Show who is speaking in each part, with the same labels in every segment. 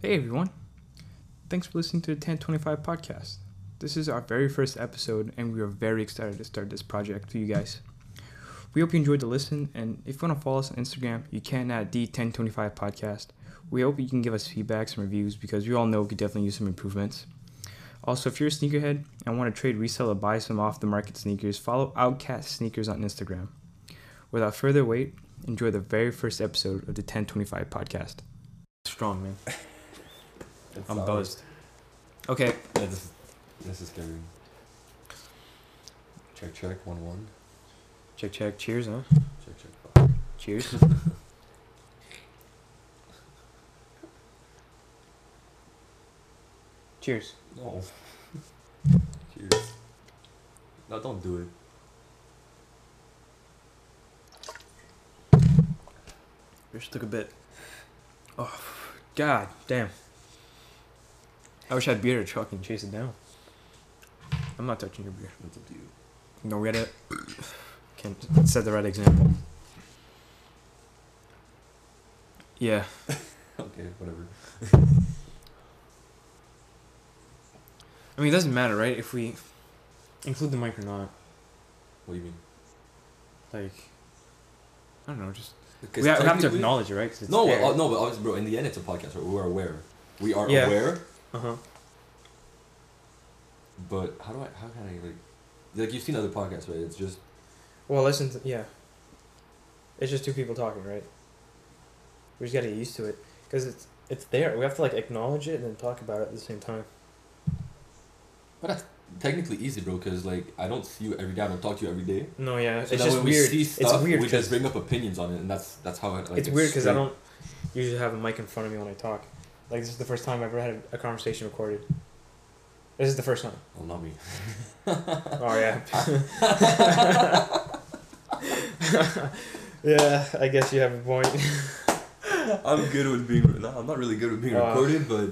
Speaker 1: Hey everyone. Thanks for listening to the 1025 podcast. This is our very first episode and we are very excited to start this project for you guys. We hope you enjoyed the listen and if you want to follow us on Instagram, you can at the 1025 podcast. We hope you can give us feedbacks and reviews because we all know we could definitely use some improvements. Also, if you're a sneakerhead and want to trade, resell, or buy some off the market sneakers, follow Outcast Sneakers on Instagram. Without further wait, enjoy the very first episode of the 1025 podcast. Strong, man.
Speaker 2: It's
Speaker 1: I'm
Speaker 2: solid.
Speaker 1: buzzed. Okay,
Speaker 2: It's- this is good. Check, check, one, one.
Speaker 1: check, check. Cheers, huh?
Speaker 2: Check, check. five.
Speaker 1: Cheers. Cheers.
Speaker 2: No. Cheers. No, don't do it.
Speaker 1: Yours took a bit. Oh, god damn. I wish I had beer to truck and chase it down. I'm not touching your beer.
Speaker 2: That's up to you.
Speaker 1: No, we gotta can set the right example. Yeah,
Speaker 2: Okay, whatever.
Speaker 1: I mean it doesn't matter, right? If we include the mic or not,
Speaker 2: What do you mean?
Speaker 1: like I don't know, just
Speaker 2: Because
Speaker 1: we, ha- we have to
Speaker 2: technically-
Speaker 1: acknowledge it, right? 'Cause it's
Speaker 2: No,
Speaker 1: air.
Speaker 2: well, uh, no, but obviously, bro. In the end, it's a podcast, right? We're aware. We are
Speaker 1: Yeah.
Speaker 2: aware.
Speaker 1: uh-huh.
Speaker 2: But how do I? How can I like? Like you've seen other podcasts, right? It's just
Speaker 1: Well, listen, to, yeah. It's just two people talking, right? We just gotta get used to it because it's it's there. We have to like acknowledge it and then talk about it at the same time.
Speaker 2: technically easy, bro. Because like I don't see you every day. I don't talk to you every day.
Speaker 1: No, yeah,
Speaker 2: So
Speaker 1: it's
Speaker 2: that
Speaker 1: just
Speaker 2: when
Speaker 1: weird.
Speaker 2: We see stuff,
Speaker 1: it's weird
Speaker 2: We
Speaker 1: because
Speaker 2: just bring up opinions on it, and that's that's how. I, like,
Speaker 1: it's weird because I
Speaker 2: straight.
Speaker 1: don't usually have a mic in front of me when I talk. Like this is the first time I've ever had a, a conversation recorded. This is the first time.
Speaker 2: Well, not me.
Speaker 1: Oh yeah. yeah, I guess you have a point.
Speaker 2: I'm good with being. No, I'm not really good with being
Speaker 1: Wow.
Speaker 2: recorded, but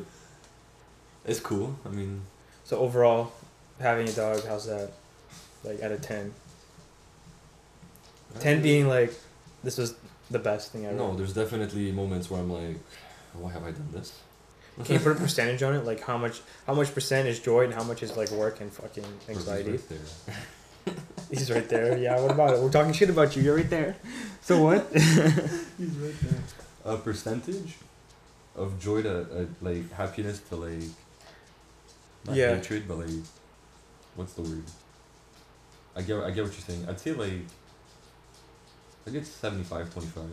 Speaker 2: it's cool. I mean,
Speaker 1: So overall, having a dog, how's that? Like out of ten. Ten being like, this was the best thing ever.
Speaker 2: No, there's definitely moments where I'm like, why have I done this?
Speaker 1: Can you put a percentage on it? Like how much how much percent is joy and how much is like work and fucking
Speaker 2: Versus
Speaker 1: anxiety?
Speaker 2: right there.
Speaker 1: He's right there. Yeah, what about it? We're talking shit about you. You're right there. So what?
Speaker 2: A percentage of joy to uh, like happiness to like not
Speaker 1: Yeah.
Speaker 2: hatred, but like what's the word? I get I get what you're saying. I'd say like I get 75, 25.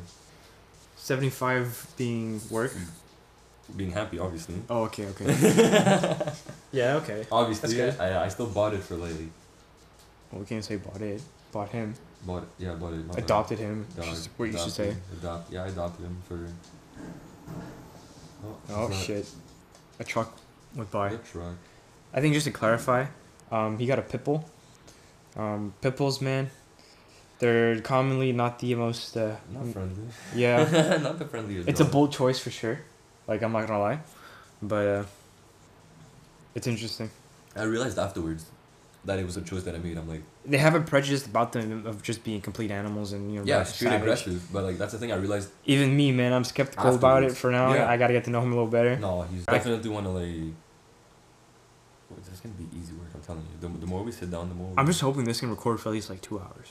Speaker 1: Seventy five being work.
Speaker 2: Being happy, obviously.
Speaker 1: Oh okay, okay. yeah, okay.
Speaker 2: Obviously,
Speaker 1: That's good.
Speaker 2: I, I still bought it for like
Speaker 1: Well we can't say bought it. Bought him.
Speaker 2: bought it, yeah bought it. my bad.
Speaker 1: Adopted him.
Speaker 2: Dog,
Speaker 1: Just what you should say.
Speaker 2: adopted- Adopt, yeah, I adopted him for. Oh,
Speaker 1: Oh
Speaker 2: it's not-
Speaker 1: shit. A truck went by.
Speaker 2: the truck.
Speaker 1: I think just to clarify, um, he got a pitbull. Um, pitbulls, man, they're commonly not the most. Uh,
Speaker 2: Not
Speaker 1: m-
Speaker 2: friendly.
Speaker 1: yeah,
Speaker 2: not the friendliest.
Speaker 1: it's a
Speaker 2: dog.
Speaker 1: bold choice for sure. Like I'm not gonna lie, but uh, it's interesting.
Speaker 2: I realized afterwards that it was a choice that I made. I'm like,
Speaker 1: They have a prejudice about them of just being complete animals and you know.
Speaker 2: yeah,
Speaker 1: like,
Speaker 2: street
Speaker 1: savage.
Speaker 2: aggressive, but like that's the thing I realized.
Speaker 1: Even me, man, I'm skeptical about it
Speaker 2: Afterwards.
Speaker 1: for now.
Speaker 2: Yeah.
Speaker 1: I gotta get to know him a little better.
Speaker 2: No, he's
Speaker 1: I-
Speaker 2: definitely want to like. Wait, this is gonna be easy work. I'm telling you. The, the more we sit down, the more.
Speaker 1: I'm
Speaker 2: we-
Speaker 1: just hoping this can record for at least like two hours.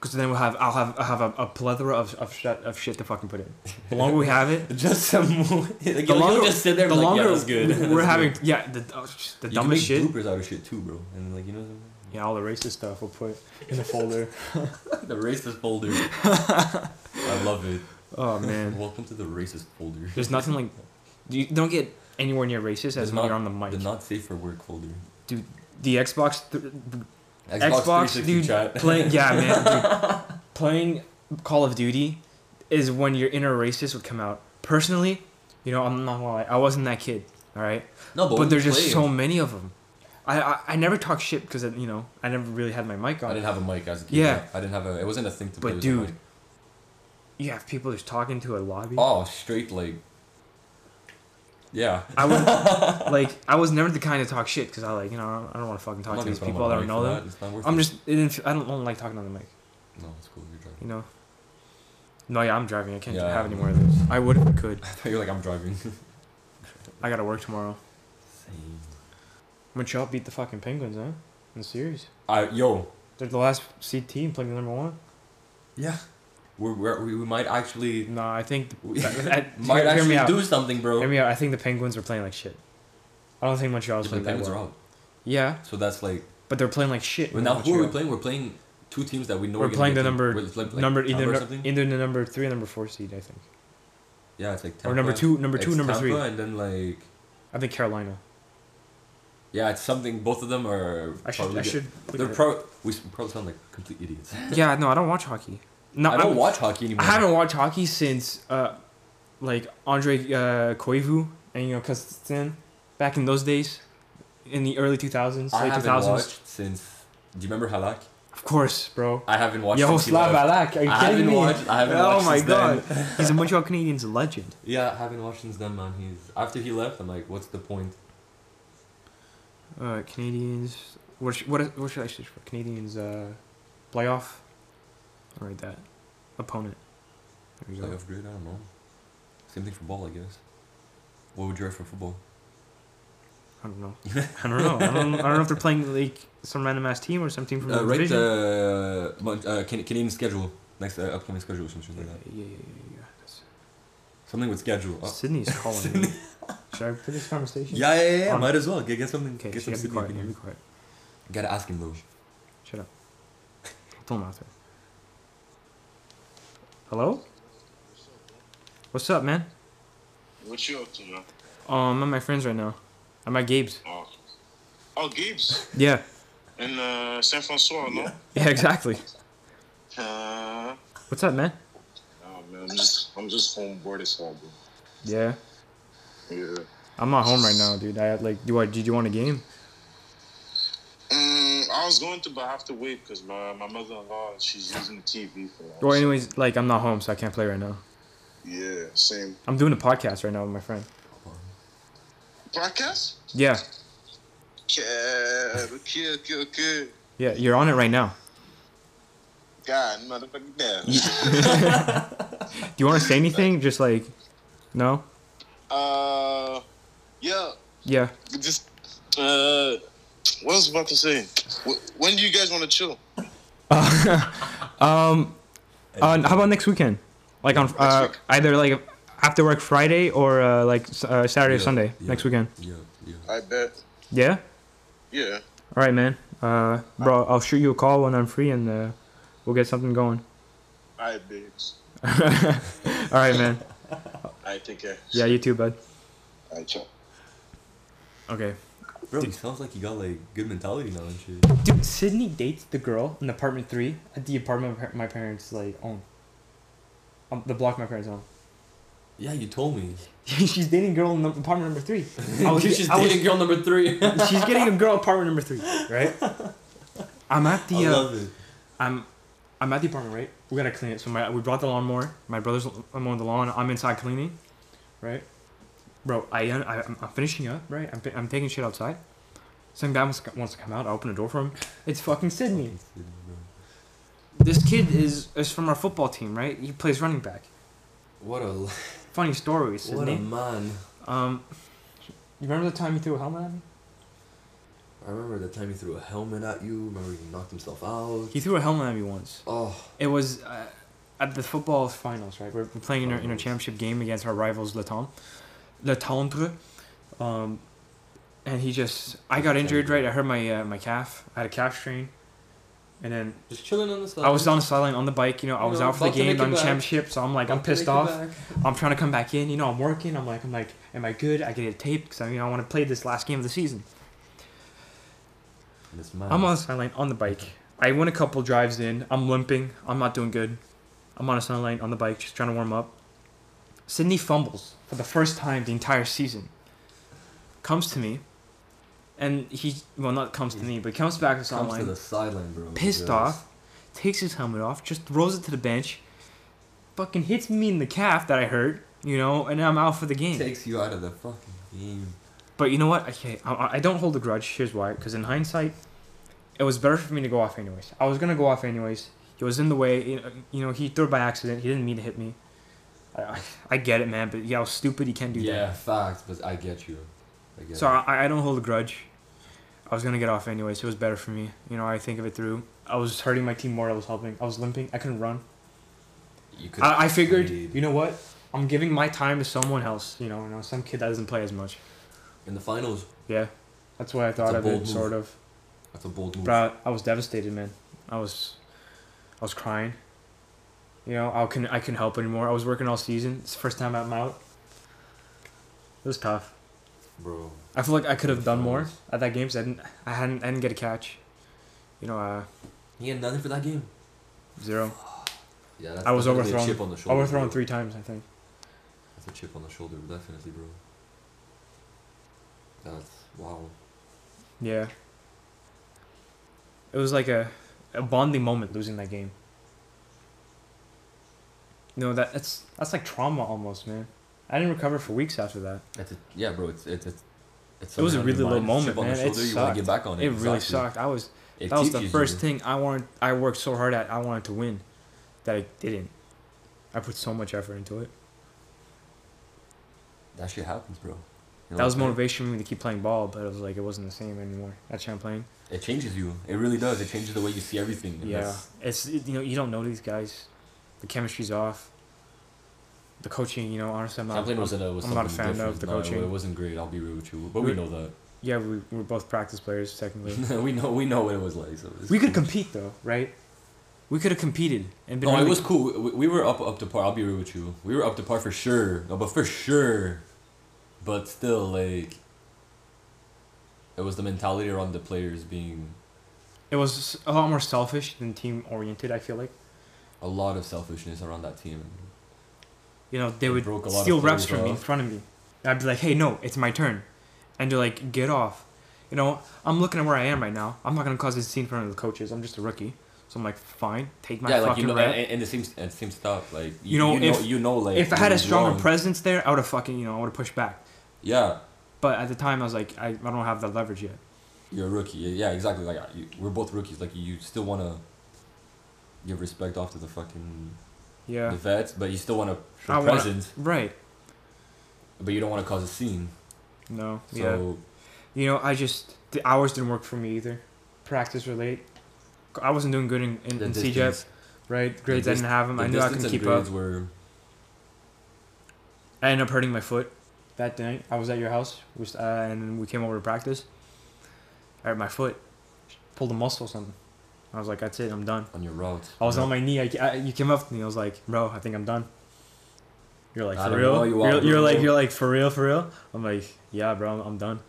Speaker 1: Cause then we'll have I'll have I'll have a, a plethora of of shit of shit to fucking put in. The longer we have it,
Speaker 2: Just some. more- like, the
Speaker 1: longer-
Speaker 2: just sit there.
Speaker 1: the
Speaker 2: and be like,
Speaker 1: longer
Speaker 2: yeah, that's good.
Speaker 1: we're
Speaker 2: that's
Speaker 1: having
Speaker 2: good.
Speaker 1: yeah the uh, the
Speaker 2: You can
Speaker 1: dumbest
Speaker 2: make
Speaker 1: shit.
Speaker 2: bloopers out of shit too, bro. And like you know.
Speaker 1: Yeah, all the racist stuff we'll put in the folder.
Speaker 2: the racist folder. I love it.
Speaker 1: oh man,
Speaker 2: Welcome to the racist folder.
Speaker 1: there's nothing like you don't get anywhere near racist as
Speaker 2: There's
Speaker 1: when you're on
Speaker 2: not-
Speaker 1: the mic.
Speaker 2: The not safe for work folder.
Speaker 1: the Xbox th-
Speaker 2: Xbox,
Speaker 1: Xbox
Speaker 2: 360
Speaker 1: dude
Speaker 2: chat.
Speaker 1: playing yeah man dude, playing Call of Duty is when your inner racist would come out. Personally, you know I'm not gonna lie, I wasn't that kid. All right.
Speaker 2: No, but,
Speaker 1: but,
Speaker 2: when
Speaker 1: there's
Speaker 2: we
Speaker 1: just
Speaker 2: played,
Speaker 1: so many of them. I, I, I never talk shit because you know I never really had my mic
Speaker 2: I
Speaker 1: on.
Speaker 2: didn't have a mic as a kid.
Speaker 1: Yeah.
Speaker 2: I didn't have a. It wasn't a thing to
Speaker 1: But
Speaker 2: play. with a
Speaker 1: dude,
Speaker 2: mic.
Speaker 1: You have people just talking to a lobby.
Speaker 2: Oh, straight like. Yeah.
Speaker 1: I was like I was never the kind to talk shit because I like you know I don't, want to fucking
Speaker 2: I'm
Speaker 1: talk
Speaker 2: not
Speaker 1: to
Speaker 2: gonna
Speaker 1: these
Speaker 2: put him
Speaker 1: people.
Speaker 2: on
Speaker 1: I
Speaker 2: the
Speaker 1: don't
Speaker 2: mic
Speaker 1: know
Speaker 2: for
Speaker 1: them.
Speaker 2: that. It's not worth
Speaker 1: I'm
Speaker 2: it.
Speaker 1: just it didn't, f- I don't, don't like talking on the mic.
Speaker 2: No, it's cool. You're driving.
Speaker 1: You know. No, yeah, I'm driving. I can't
Speaker 2: Yeah.
Speaker 1: have any more of those. I would if I could.
Speaker 2: I thought you were like, I'm driving.
Speaker 1: I gotta work tomorrow.
Speaker 2: Same.
Speaker 1: When y'all beat the fucking Penguins, huh? In the series.
Speaker 2: Uh, yo,
Speaker 1: They're the last seed team playing the number one.
Speaker 2: yeah, we're, we're, we we might actually
Speaker 1: No, I think. The,
Speaker 2: we
Speaker 1: that- that-
Speaker 2: might
Speaker 1: hear me
Speaker 2: actually
Speaker 1: out.
Speaker 2: do something, bro.
Speaker 1: Hear me out. I think the Penguins are playing like shit. I don't think Montreal's
Speaker 2: Yeah, but the
Speaker 1: playing that
Speaker 2: Penguins
Speaker 1: well.
Speaker 2: are out,
Speaker 1: Yeah,
Speaker 2: so that's like.
Speaker 1: but they're playing like shit.
Speaker 2: Well, now who are we
Speaker 1: Montreal.
Speaker 2: playing? We're playing two teams that we know.
Speaker 1: We're
Speaker 2: gonna
Speaker 1: playing
Speaker 2: get
Speaker 1: the
Speaker 2: in.
Speaker 1: number-
Speaker 2: We're just like- like
Speaker 1: number either
Speaker 2: Tampa or
Speaker 1: nu-
Speaker 2: something?
Speaker 1: either the number three or number four seed, I think,
Speaker 2: Yeah, it's like
Speaker 1: or number
Speaker 2: Tampa.
Speaker 1: two, number two,
Speaker 2: It's
Speaker 1: number
Speaker 2: Tampa,
Speaker 1: three.
Speaker 2: and then like
Speaker 1: I think Carolina.
Speaker 2: yeah, it's something. Both of them are.
Speaker 1: I should.
Speaker 2: probably
Speaker 1: I
Speaker 2: good.
Speaker 1: should.
Speaker 2: They're pro. We s- probably sound like complete idiots.
Speaker 1: yeah, no, I don't watch hockey. No,
Speaker 2: I don't
Speaker 1: I'm-
Speaker 2: watch hockey anymore.
Speaker 1: I haven't watched hockey since, uh, like Andre uh, Koivu and you know Kostin back in those days, in the early two thousands,
Speaker 2: I
Speaker 1: late two
Speaker 2: haven't
Speaker 1: thousands.
Speaker 2: watched since. Do you remember Halak?
Speaker 1: Of course, bro.
Speaker 2: I haven't watched.
Speaker 1: Yo,
Speaker 2: since he
Speaker 1: Slav
Speaker 2: left.
Speaker 1: Alak, are you
Speaker 2: I
Speaker 1: kidding
Speaker 2: haven't
Speaker 1: me?
Speaker 2: watched. I haven't
Speaker 1: oh
Speaker 2: watched
Speaker 1: my
Speaker 2: since
Speaker 1: god,
Speaker 2: then.
Speaker 1: he's a Montreal Canadiens legend.
Speaker 2: Yeah, I haven't watched since then, man. He's after he left. I'm like, what's the point?
Speaker 1: Uh, Canadians. What sh- what what should I search for? Canadians. Uh, playoff. I'll write that. Opponent. There we go.
Speaker 2: Playoff grid. "Oh, I don't know. Same thing for ball, I guess. What would you write for football?
Speaker 1: I don't know. I don't know. I don't, I don't know if they're playing like some random ass team or some team from
Speaker 2: Uh,
Speaker 1: the
Speaker 2: write
Speaker 1: division.
Speaker 2: the mon- uh, Can- Canadian schedule, next uh, upcoming schedule, or something
Speaker 1: yeah,
Speaker 2: like
Speaker 1: yeah,
Speaker 2: that.
Speaker 1: yeah, yeah. yeah. That's-
Speaker 2: Something with schedule. Oh.
Speaker 1: Sydney's calling.
Speaker 2: Sydney.
Speaker 1: me. Should I finish this conversation?
Speaker 2: Yeah, yeah, yeah. yeah.
Speaker 1: Um,
Speaker 2: Might as well get, get something.
Speaker 1: Okay.
Speaker 2: get
Speaker 1: Should
Speaker 2: some
Speaker 1: I be
Speaker 2: Sydney
Speaker 1: quiet?
Speaker 2: opinion.
Speaker 1: Be quiet.
Speaker 2: Gotta ask him though.
Speaker 1: Shut up. Don't laugh. Hello. What's up, man?
Speaker 3: What you up to, man?
Speaker 1: Um, I'm at my friends right now. I'm at Gabe's.
Speaker 3: Oh, oh Gibbs
Speaker 1: Yeah.
Speaker 3: in uh, Saint Francois, no?
Speaker 1: Yeah. Exactly.
Speaker 3: Uh,
Speaker 1: What's up, man?
Speaker 3: oh man, I'm just I'm just home bored as hell, bro.
Speaker 1: Yeah.
Speaker 3: Yeah.
Speaker 1: I'm not home right now, dude. I like. Do I? Did you want a game?
Speaker 3: Mm, I was going to, but I have to wait because my, my mother-in-law she's using the TV for that.
Speaker 1: Or anyways, like I'm not home, so I can't play right now.
Speaker 3: Yeah, same
Speaker 1: I'm doing a podcast right now with my friend.
Speaker 3: podcast.
Speaker 1: Yeah.
Speaker 3: Yeah, okay, okay, okay.
Speaker 1: Yeah. You're on it right now.
Speaker 3: God, motherfucking damn.
Speaker 1: Do you want to say anything? Just like, no.
Speaker 3: Uh, yeah,
Speaker 1: Yeah.
Speaker 3: just uh, what was I about to say? Wh- When do you guys want to chill?
Speaker 1: Um, on, how about next weekend? Like on uh,
Speaker 3: week.
Speaker 1: either like after work Friday or uh, like s- uh, Saturday or
Speaker 2: Yeah,
Speaker 1: Sunday
Speaker 2: yeah.
Speaker 1: next weekend.
Speaker 2: Yeah, yeah.
Speaker 3: I bet.
Speaker 1: Yeah.
Speaker 3: Yeah.
Speaker 1: All right, man. Uh, bro, I'll shoot you a call when I'm free and uh, we'll get something going.
Speaker 3: All right, babes.
Speaker 1: All right, man.
Speaker 3: All right, take care.
Speaker 1: Yeah, you too, bud.
Speaker 3: All right, ciao.
Speaker 1: Okay.
Speaker 2: Bro, he sounds like he got like good mentality now and shit.
Speaker 1: Dude, Sydney dates the girl in apartment three at the apartment my par- my parents like own. Um, the block my parents own.
Speaker 2: Yeah, you told me.
Speaker 1: she's dating girl in num- apartment number three. I was,
Speaker 2: She's
Speaker 1: I was-
Speaker 2: dating girl number three.
Speaker 1: she's getting a girl apartment number three, right? I'm at
Speaker 2: I
Speaker 1: the uh,
Speaker 2: love it.
Speaker 1: I'm I'm at the apartment, right? We gotta clean it. So my we brought the lawnmower. My brother's l- mowing the lawn. I'm inside cleaning, right? Bro, I, un- I I'm I'm finishing up, right? I'm, fi- I'm taking shit outside. Some guy wants, wants to come out. I open the door for him. It's fucking Sydney.
Speaker 2: It's Sydney, bro.
Speaker 1: This kid is is from our football team, right? He plays running back.
Speaker 2: What a li-
Speaker 1: Funny story,
Speaker 2: what a
Speaker 1: Sydney.
Speaker 2: man.
Speaker 1: Um, you remember the time you threw a helmet at me?
Speaker 2: I remember the time he threw a helmet at you. Remember he knocked himself out.
Speaker 1: He threw a helmet at me once.
Speaker 2: Oh,
Speaker 1: It was uh, at the football finals, right? We're we're playing in our, in our championship game against our rivals, Le Temps. Le Tendre. Um, and he just, I got injured, right? I hurt my uh, my calf. I had a calf strain. And then
Speaker 2: just chilling on the side.
Speaker 1: I was on the sideline on the bike, you know, I
Speaker 2: You
Speaker 1: was
Speaker 2: know,
Speaker 1: out for the
Speaker 2: about to make
Speaker 1: game
Speaker 2: it
Speaker 1: on
Speaker 2: back.
Speaker 1: championship, so I'm like, I'm pissed off. I'm trying to come back in. You know, I'm working. I'm like, I'm like, am I good? I get it taped because I mean, I want to play this last game of the season.
Speaker 2: This man.
Speaker 1: I'm on the sideline on the bike. I went a couple drives in. I'm limping. I'm not doing good. I'm on a sideline on the bike, just trying to warm up. Sydney fumbles for the first time the entire season. Comes to me, and he well not comes to me, but comes back to the
Speaker 2: Comes to
Speaker 1: sideline
Speaker 2: the sideline, bro.
Speaker 1: pissed
Speaker 2: Just-
Speaker 1: off, takes his helmet off, just throws it to the bench, fucking hits me in the calf that I hurt, you know, and I'm out for the game.
Speaker 2: Takes you out of the fucking game.
Speaker 1: But you know what? Okay, I- I, I don't hold a grudge. Here's why. Because in hindsight, it was better for me to go off anyways. I was gonna go off anyways. It was in the way. You know, you know, he threw it by accident. He didn't mean to hit me. I, I get it, man. But yeah, I was stupid. You can't do
Speaker 2: yeah,
Speaker 1: that.
Speaker 2: facts, but I get you. I get
Speaker 1: So
Speaker 2: it.
Speaker 1: I, I don't hold a grudge. I was gonna get off anyways. It was better for me. You know, I think of it through. I was hurting my team more. I was helping. I was limping. I couldn't run.
Speaker 2: You could
Speaker 1: I, I figured,
Speaker 2: trade.
Speaker 1: you know what? I'm giving my time to someone else. You know, you know, some kid that doesn't play as much.
Speaker 2: in the finals.
Speaker 1: Yeah, that's what I
Speaker 2: a
Speaker 1: thought of it.
Speaker 2: bold move.
Speaker 1: Sort of.
Speaker 2: That's a bold move.
Speaker 1: Bro, I was devastated, man. I was, I was crying. You know, I can I couldn't help anymore. I was working all season. It's the first time I'm out. It was tough.
Speaker 2: bro.
Speaker 1: I feel like I could have done more at that game. 'cause I didn't. I hadn't. I didn't get a catch. You know, uh,
Speaker 2: He had nothing for that game.
Speaker 1: zero.
Speaker 2: Yeah, that's
Speaker 1: I was
Speaker 2: definitely
Speaker 1: overthrown.
Speaker 2: A chip on the shoulder.
Speaker 1: Overthrown
Speaker 2: bro.
Speaker 1: three times, I think.
Speaker 2: That's a chip on the shoulder, definitely, bro. That's wow.
Speaker 1: Yeah. It was like a, a bonding moment losing that game. No, that that's that's like trauma almost, man. I didn't recover for weeks after that.
Speaker 2: That's a, yeah, bro. It's it's it's. it's
Speaker 1: It was a
Speaker 2: something on your
Speaker 1: really low
Speaker 2: mind. It's a chip
Speaker 1: moment,
Speaker 2: on the
Speaker 1: man. It
Speaker 2: shoulder, you wanna get
Speaker 1: sucked.
Speaker 2: back on it.
Speaker 1: It really
Speaker 2: exactly.
Speaker 1: sucked. I was
Speaker 2: It
Speaker 1: that was the
Speaker 2: teaches
Speaker 1: first
Speaker 2: you.
Speaker 1: thing I wanted. I worked so hard at. I wanted to win, that I didn't. I put so much effort into it.
Speaker 2: That shit happens, bro. You know
Speaker 1: that was
Speaker 2: what I'm
Speaker 1: motivation for me to keep playing ball, but it was like it wasn't the same anymore. That shit I'm playing.
Speaker 2: saying? It changes you. It really does. It changes the way you see everything. and
Speaker 1: Yeah,
Speaker 2: that's-
Speaker 1: it's it- you know you don't know these guys, the chemistry's off. The coaching, you know, honestly, I'm not.
Speaker 2: Champlain was, at a, was
Speaker 1: I'm not a
Speaker 2: something
Speaker 1: fan
Speaker 2: different.
Speaker 1: of the
Speaker 2: No, it-
Speaker 1: coaching.
Speaker 2: It wasn't great. I'll be real with you, but we
Speaker 1: We're-
Speaker 2: know that.
Speaker 1: yeah, we we're both practice players technically.
Speaker 2: we know we know what it was like. So it's
Speaker 1: we could
Speaker 2: cool.
Speaker 1: compete though, right? We could have competed and been.
Speaker 2: No, it
Speaker 1: really-
Speaker 2: was cool. We, we were up up to par. I'll be real with you. We were up to par for sure. No, but for sure, but still, like, it was the mentality around the players being
Speaker 1: It was a lot more selfish than team oriented. I feel like
Speaker 2: a lot of selfishness around that team.
Speaker 1: you know they
Speaker 2: It
Speaker 1: would
Speaker 2: broke a lot of
Speaker 1: steal reps
Speaker 2: players
Speaker 1: from me in
Speaker 2: off.
Speaker 1: front of me. I'd be like, hey, no, it's my turn, and they're like, get off. You know, I'm looking at where I am right now. I'm not gonna cause this scene in front of the coaches. I'm just a rookie, so I'm like, fine, take my
Speaker 2: yeah, like
Speaker 1: fucking
Speaker 2: you know,
Speaker 1: rep.
Speaker 2: and, and the same and same stuff. Like
Speaker 1: You know,
Speaker 2: you
Speaker 1: if-
Speaker 2: know, you know, like
Speaker 1: if I
Speaker 2: when
Speaker 1: had a
Speaker 2: it's
Speaker 1: stronger
Speaker 2: wrong.
Speaker 1: presence there, I would have fucking, you know, I would have pushed back.
Speaker 2: yeah,
Speaker 1: But at the time, I was like, I, I don't have that leverage yet.
Speaker 2: you're a rookie. Yeah, yeah, exactly. Like you, we're both rookies. Like you still wanna give respect off to the fucking
Speaker 1: Yeah.
Speaker 2: the vets, but you still wanna
Speaker 1: I
Speaker 2: show
Speaker 1: wanna-
Speaker 2: presence,
Speaker 1: Right.
Speaker 2: but you don't wanna cause a scene.
Speaker 1: No.
Speaker 2: So.
Speaker 1: Yeah. You know, I just, the hours didn't work for me either. Practice were late. I wasn't doing good in, in,
Speaker 2: The
Speaker 1: in CJEP,
Speaker 2: distance-
Speaker 1: right? Grades, I
Speaker 2: dis-
Speaker 1: didn't have them.
Speaker 2: the
Speaker 1: I knew I
Speaker 2: distance
Speaker 1: couldn't
Speaker 2: and
Speaker 1: keep up.
Speaker 2: grades Were,
Speaker 1: I ended up hurting my foot that night. I was at your house, we was, uh, and we came over to practice. I hurt my foot, pulled a muscle or something. I was like, that's it, I'm done.
Speaker 2: on your route.
Speaker 1: I was on my knee. I, I- you came up to me. I was like, bro, I think I'm done. You're like
Speaker 2: I
Speaker 1: for
Speaker 2: don't
Speaker 1: real.
Speaker 2: know,
Speaker 1: You
Speaker 2: you
Speaker 1: are
Speaker 2: are, bro.
Speaker 1: like you're like for real, for real. I'm like, yeah, bro, I'm, I'm done.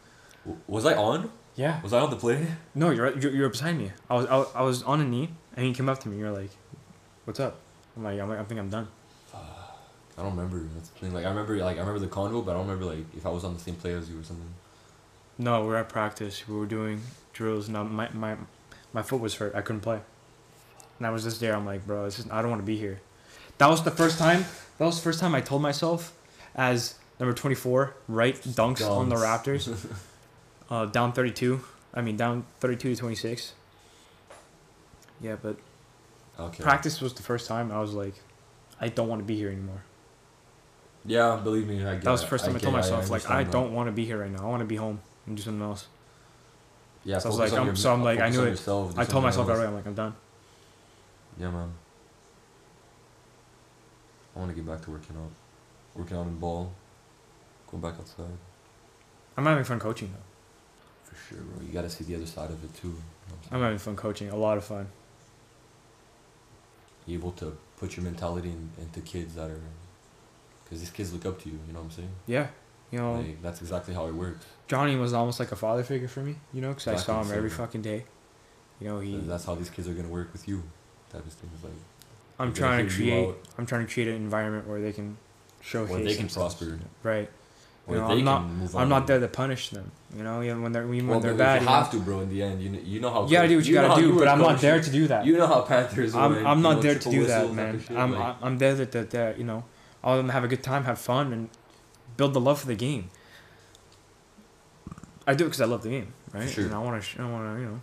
Speaker 2: W- Was I on?
Speaker 1: Yeah.
Speaker 2: Was I on the play?
Speaker 1: No, you're right- you're, you're beside me. I was I, was- I was on a knee, and you came up to me. You're like, what's up? I'm like, I'm like, I think I'm done.
Speaker 2: I don't remember. That's the thing. Like I remember, like I remember the convo, but I don't remember like if I was on the same play as you or something.
Speaker 1: No, we we're at practice. We were doing drills. Now my my my foot was hurt. I couldn't play. And I was just there. I'm like, bro, this is, I don't want to be here. That was the first time. That was the first time I told myself, as number 24, right dunks, on the
Speaker 2: Dunks.
Speaker 1: Raptors, uh, down 32. I mean, down 32 to 26. Yeah, but
Speaker 2: Okay.
Speaker 1: practice was the first time I was like, I don't want to be here anymore.
Speaker 2: Yeah, believe me, I get.
Speaker 1: that was the first
Speaker 2: it.
Speaker 1: time I,
Speaker 2: get
Speaker 1: told
Speaker 2: it.
Speaker 1: myself, like,
Speaker 2: understand
Speaker 1: I
Speaker 2: that.
Speaker 1: don't want to be here right now. I want to be home and do something else.
Speaker 2: Yeah.
Speaker 1: so I was
Speaker 2: focus
Speaker 1: like,
Speaker 2: on uh,
Speaker 1: I'm- so I'm like, I
Speaker 2: focus
Speaker 1: knew
Speaker 2: on
Speaker 1: it. I
Speaker 2: yourself, do
Speaker 1: told
Speaker 2: something
Speaker 1: myself
Speaker 2: else.
Speaker 1: that right. I'm like, I'm done.
Speaker 2: Yeah, man. I want to get back to working out, working out in ball, going back outside
Speaker 1: I'm having fun coaching though.
Speaker 2: for sure, bro. You gotta see the other side of it too. you know what I'm saying?
Speaker 1: I'm having fun coaching. A lot of fun.
Speaker 2: You're able to put your mentality in, into kids that are, because these kids look up to you. You know what I'm saying?
Speaker 1: Yeah. You know,
Speaker 2: Like that's exactly how it works.
Speaker 1: Johnny was almost like a father figure for me, you know, because I saw
Speaker 2: Exactly,
Speaker 1: him every
Speaker 2: so-
Speaker 1: fucking day. You know, he.
Speaker 2: And that's how these kids are gonna work with you. Type of things like
Speaker 1: I'm
Speaker 2: they're
Speaker 1: trying to
Speaker 2: gonna figure you
Speaker 1: create. I'm trying to create an environment where they can showcase.
Speaker 2: where they can
Speaker 1: themselves.
Speaker 2: prosper.
Speaker 1: Right.
Speaker 2: Or
Speaker 1: know,
Speaker 2: they
Speaker 1: I'm
Speaker 2: can
Speaker 1: not-
Speaker 2: move on.
Speaker 1: I'm not there to punish them. You know, even when they're even
Speaker 2: Well,
Speaker 1: when they're
Speaker 2: but
Speaker 1: bad.
Speaker 2: You
Speaker 1: You,
Speaker 2: have
Speaker 1: know,
Speaker 2: to, bro. In the end, you know, you know how.
Speaker 1: you gotta do what you,
Speaker 2: know how
Speaker 1: gotta do,
Speaker 2: were
Speaker 1: but I'm not
Speaker 2: coached.
Speaker 1: there to do that.
Speaker 2: You know how Panthers.
Speaker 1: I'm,
Speaker 2: were,
Speaker 1: I'm
Speaker 2: you
Speaker 1: not
Speaker 2: know,
Speaker 1: there to
Speaker 2: triple
Speaker 1: do that,
Speaker 2: whistle type
Speaker 1: man.
Speaker 2: of shit,
Speaker 1: I'm,
Speaker 2: like-
Speaker 1: I- I'm there to, to, to, you know, all of them have a good time, have fun, and build the love for the game. I do it because I love the game, right?
Speaker 2: Sure.
Speaker 1: And I want to, I want to, you know,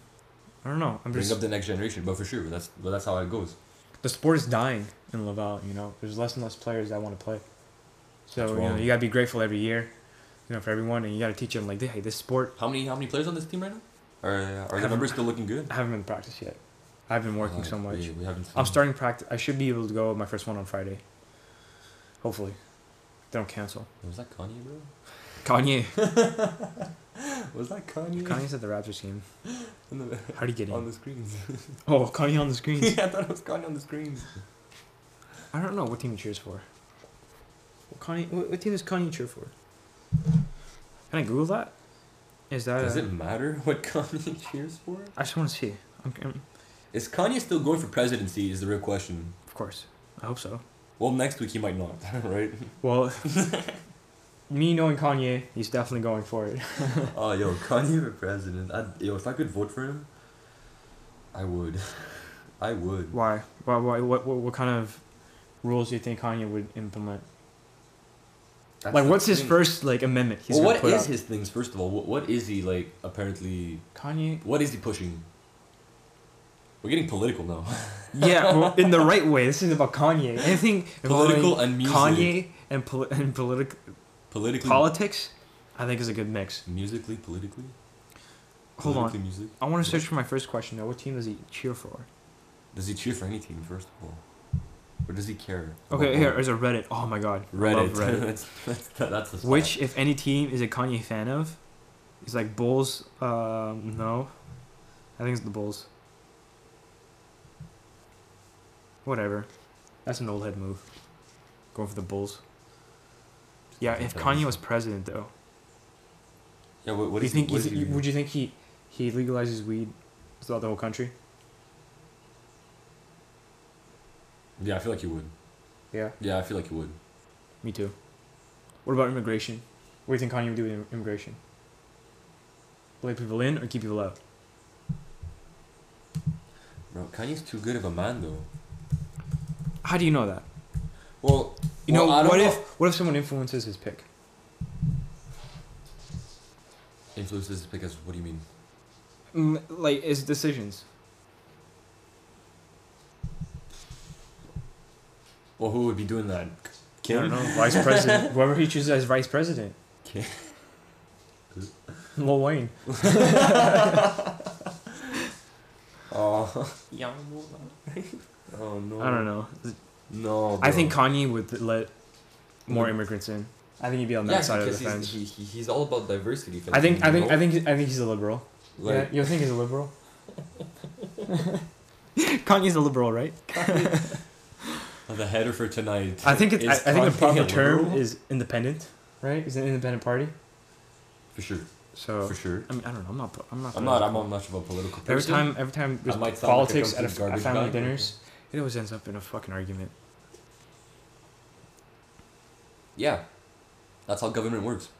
Speaker 1: I don't know. I'm
Speaker 2: bring
Speaker 1: just,
Speaker 2: up the next generation, but for sure, that's but that's how it goes.
Speaker 1: the sport is dying in Laval. You know, there's less and less players that want to play. So
Speaker 2: That's
Speaker 1: you know,
Speaker 2: wrong.
Speaker 1: you gotta be grateful every year, you know, for everyone, and you gotta teach them like, hey, this sport.
Speaker 2: How many how many players on this team right now? Are are the
Speaker 1: Haven't-
Speaker 2: numbers still looking good?
Speaker 1: I haven't been practiced yet. I've been working so much.
Speaker 2: We, we haven't.
Speaker 1: I'm
Speaker 2: seen-
Speaker 1: starting practice. I should be able to go with my first one on Friday. Hopefully, they don't cancel.
Speaker 2: Was that Kanye, bro?
Speaker 1: Kanye.
Speaker 2: Was that Kanye?
Speaker 1: Kanye's at the Raptors game.
Speaker 2: On the,
Speaker 1: How would he get
Speaker 2: on
Speaker 1: in?
Speaker 2: the screens.
Speaker 1: Oh, Kanye on the screen.
Speaker 2: yeah, I thought it was Kanye on the screens.
Speaker 1: I don't know what team he cheers for. What Kanye? What, what team does Kanye cheer for? Can I Google that? Is that?
Speaker 2: Does
Speaker 1: uh,
Speaker 2: it matter what Kanye cheers for?
Speaker 1: I just want to see. I'm, I'm-
Speaker 2: Is Kanye still going for presidency? Is the real question.
Speaker 1: of course, I hope so.
Speaker 2: Well, next week he might not, right?
Speaker 1: Well, me knowing Kanye, he's definitely going for it.
Speaker 2: Oh, yo, Kanye for president. I, yo, if I could vote for him, I would. I would.
Speaker 1: Why? Why? Why? What? What, what kind of rules do you think Kanye would implement?
Speaker 2: That's
Speaker 1: like,
Speaker 2: the
Speaker 1: what's his
Speaker 2: thing.
Speaker 1: first like amendment?
Speaker 2: well,
Speaker 1: gonna
Speaker 2: what
Speaker 1: put
Speaker 2: is
Speaker 1: out?
Speaker 2: his things? First of all, what, what is he like? Apparently,
Speaker 1: Kanye?
Speaker 2: what is he pushing? We're getting political now.
Speaker 1: Yeah, well, in the right way. This is about Kanye. Anything
Speaker 2: Political
Speaker 1: involving
Speaker 2: and music. Mm.
Speaker 1: Kanye and poli- and politic
Speaker 2: Politically,
Speaker 1: politics, I think is a good mix.
Speaker 2: musically, politically.
Speaker 1: Hold on.
Speaker 2: Politically, Music.
Speaker 1: I want to search for my first question though. What team does he cheer for?
Speaker 2: Does he cheer for any team? First of all, or does he care?
Speaker 1: Okay,
Speaker 2: about
Speaker 1: here
Speaker 2: what?
Speaker 1: there's a Reddit. Oh my god, I love Reddit.
Speaker 2: Reddit. that's, that's that's the spot.
Speaker 1: Which, if any team, is a Kanye fan of? He's like Bulls. Um, no, I think it's the Bulls. Whatever, that's an old head move. Going for the Bulls. Yeah, if Kanye was president though,
Speaker 2: Yeah, what, what
Speaker 1: do you
Speaker 2: is he-
Speaker 1: think?
Speaker 2: what
Speaker 1: he's,
Speaker 2: is he-
Speaker 1: would you think he he legalizes weed throughout the whole country?
Speaker 2: Yeah, I feel like he would.
Speaker 1: Yeah,
Speaker 2: Yeah, I feel like he would.
Speaker 1: me too. What about immigration? What do you think Kanye would do with im- immigration? Let people in or keep people out?
Speaker 2: Bro, Kanye's too good of a man though.
Speaker 1: How do you know that?
Speaker 2: Well,
Speaker 1: You
Speaker 2: well, I
Speaker 1: know,
Speaker 2: don't
Speaker 1: what if what if someone influences his pick?
Speaker 2: influences because what do you mean?
Speaker 1: Mm, like his decisions.
Speaker 2: Well, who would be doing that?
Speaker 1: I don't know, vice president, whoever he chooses as vice president.
Speaker 2: Kim.
Speaker 1: Lil Wayne.
Speaker 2: Oh. oh no.
Speaker 1: I don't know.
Speaker 2: No.
Speaker 1: I
Speaker 2: bro.
Speaker 1: think Kanye would let more
Speaker 2: Would-
Speaker 1: immigrants in. I think he'd be on that
Speaker 2: yeah,
Speaker 1: side of the
Speaker 2: because
Speaker 1: fence.
Speaker 2: he's, he, he, he's all about diversity.
Speaker 1: I think I
Speaker 2: you
Speaker 1: think
Speaker 2: know?
Speaker 1: I think I think he's a liberal.
Speaker 2: Like,
Speaker 1: yeah, you think he's a liberal? Kanye's a liberal, right?
Speaker 2: the header for tonight.
Speaker 1: I think it's, I,
Speaker 2: is
Speaker 1: I think the
Speaker 2: Kanye
Speaker 1: proper
Speaker 2: a
Speaker 1: term
Speaker 2: liberal?
Speaker 1: is independent, right? Is an independent party.
Speaker 2: for sure.
Speaker 1: So
Speaker 2: For sure.
Speaker 1: I mean, I don't know. I'm not. po- I'm not.
Speaker 2: I'm not. I'm
Speaker 1: political.
Speaker 2: not much of a political person.
Speaker 1: Every time, every time there's
Speaker 2: might sound like a
Speaker 1: politics at, a,
Speaker 2: complete
Speaker 1: at
Speaker 2: garbage
Speaker 1: family
Speaker 2: bag, but-
Speaker 1: dinners, it always ends up in a fucking argument.
Speaker 2: Yeah. That's how government works.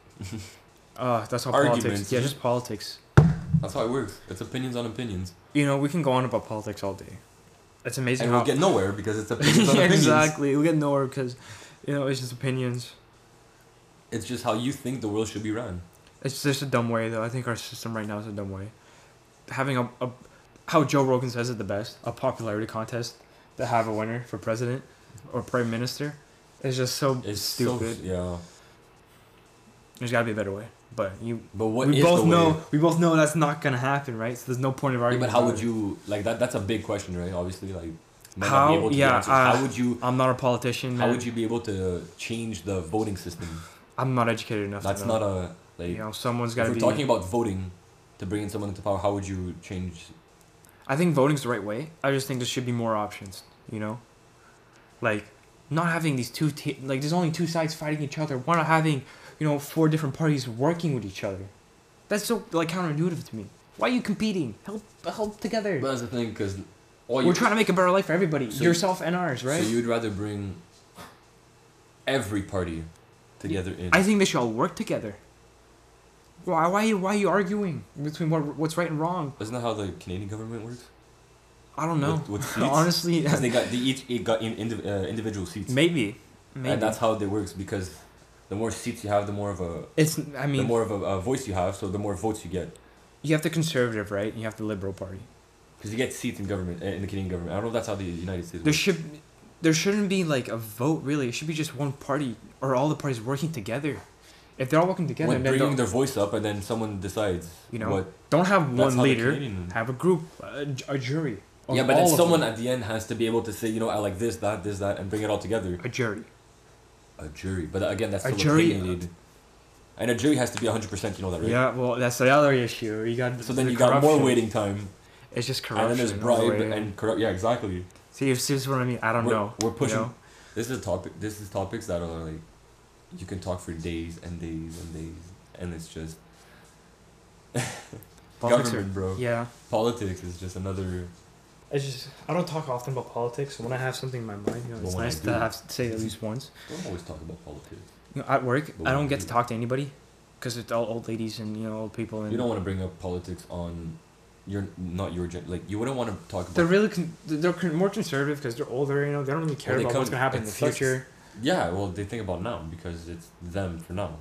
Speaker 1: Uh, that's all politics.
Speaker 2: Arguments.
Speaker 1: Yeah, just politics.
Speaker 2: That's how it works. It's opinions on opinions,
Speaker 1: You know, we can go on about politics all day. It's amazing
Speaker 2: and
Speaker 1: how
Speaker 2: we'll get nowhere because it's opinions on opinions.
Speaker 1: exactly we get nowhere because you know it's just opinions.
Speaker 2: It's just how you think the world should be run.
Speaker 1: It's just a dumb way though. I think our system right now is a dumb way. Having a, a how Joe Rogan says it the best, a popularity contest to have a winner for president or prime minister is just so
Speaker 2: It's so-
Speaker 1: stupid.
Speaker 2: yeah.
Speaker 1: There's got to be a better way, but you
Speaker 2: But what
Speaker 1: we
Speaker 2: is
Speaker 1: both
Speaker 2: the way?
Speaker 1: know we both know that's not gonna happen, right? So there's no point of
Speaker 2: Yeah,
Speaker 1: arguing.
Speaker 2: but how
Speaker 1: about
Speaker 2: would
Speaker 1: it.
Speaker 2: you like that? That's a big question, right? Obviously, like might not
Speaker 1: How-
Speaker 2: be able to
Speaker 1: yeah,
Speaker 2: answer.
Speaker 1: uh,
Speaker 2: how would you?
Speaker 1: I'm not a politician. Man.
Speaker 2: How would you be able to change the voting system?
Speaker 1: I'm not educated enough.
Speaker 2: That's
Speaker 1: to know.
Speaker 2: not a like.
Speaker 1: You know, someone's
Speaker 2: if
Speaker 1: got to
Speaker 2: we're
Speaker 1: be.
Speaker 2: talking about voting to bring in someone into power, how would you change?
Speaker 1: I think voting's the right way. I just think there should be more options. You know, like not having these two t- like there's only two sides fighting each other. Why not having you know four different parties working with each other? That's so like counterintuitive to me. Why are you competing? Help help together.
Speaker 2: But that's the thing, because all
Speaker 1: We're trying to make a better life for everybody,
Speaker 2: So-
Speaker 1: yourself and ours, right?
Speaker 2: So you'd rather bring every party together in.
Speaker 1: I think they should all work together. Why why you- why are you arguing between what what's right and wrong?
Speaker 2: Isn't that how the Canadian government works?
Speaker 1: I don't know.
Speaker 2: With, with seats?
Speaker 1: Honestly,
Speaker 2: 'Cause they got they each it got in, indiv- uh, individual seats.
Speaker 1: maybe maybe
Speaker 2: And that's how it works because the more seats you have, the more of a
Speaker 1: it's. I mean,
Speaker 2: the more of a, a voice you have, so the more votes you get.
Speaker 1: you have the conservative right, and you have the liberal party.
Speaker 2: Because you get seats in government, uh, in the Canadian government. I don't know if that's how the United States
Speaker 1: There
Speaker 2: works.
Speaker 1: should there shouldn't be like a vote really. It should be just one party or all the parties working together. If they're all working together,
Speaker 2: when
Speaker 1: then
Speaker 2: bringing
Speaker 1: don't,
Speaker 2: their voice up and then someone decides
Speaker 1: you know
Speaker 2: what
Speaker 1: don't have
Speaker 2: That's
Speaker 1: one
Speaker 2: how the
Speaker 1: leader.
Speaker 2: Canadian-
Speaker 1: Have a group, a, j- a jury. of
Speaker 2: yeah but then
Speaker 1: all of
Speaker 2: someone
Speaker 1: them.
Speaker 2: at the end has to be able to say you know i like this that this that and bring it all together
Speaker 1: a jury.
Speaker 2: a jury but again that's
Speaker 1: A
Speaker 2: still
Speaker 1: jury-
Speaker 2: opinionated and a jury has to be 100% you know that right
Speaker 1: Yeah, well, that's the other issue. You got
Speaker 2: so then
Speaker 1: the
Speaker 2: you got more
Speaker 1: corruption.
Speaker 2: waiting time
Speaker 1: It's just
Speaker 2: and
Speaker 1: corruption.
Speaker 2: then there's
Speaker 1: all the
Speaker 2: bribe
Speaker 1: way in.
Speaker 2: and corrupt yeah exactly
Speaker 1: see, if see this is what I mean. I don't
Speaker 2: we're,
Speaker 1: know.
Speaker 2: we're pushing
Speaker 1: You know?
Speaker 2: this is a topic this is topics that are like you can talk for days and days and days and it's just
Speaker 1: Politics are-
Speaker 2: government bro
Speaker 1: yeah.
Speaker 2: politics is just another
Speaker 1: It's just I don't talk often about politics. So when I have something in my mind, you know,
Speaker 2: But
Speaker 1: it's
Speaker 2: when I
Speaker 1: nice
Speaker 2: do-
Speaker 1: to have to say it at least once.
Speaker 2: don't always talk about politics
Speaker 1: You know, at work,
Speaker 2: But
Speaker 1: I
Speaker 2: when I
Speaker 1: don't get
Speaker 2: do-
Speaker 1: to talk to anybody because it's all old ladies and you know old people and
Speaker 2: You don't want to bring up politics on your not your gen like you wouldn't want to talk about
Speaker 1: they're really con- they're con- more conservative because they're older. You know, they don't really care
Speaker 2: they
Speaker 1: about what's
Speaker 2: come-
Speaker 1: gonna happen in the
Speaker 2: it sucks.
Speaker 1: future.
Speaker 2: yeah well they think about now because it's them for now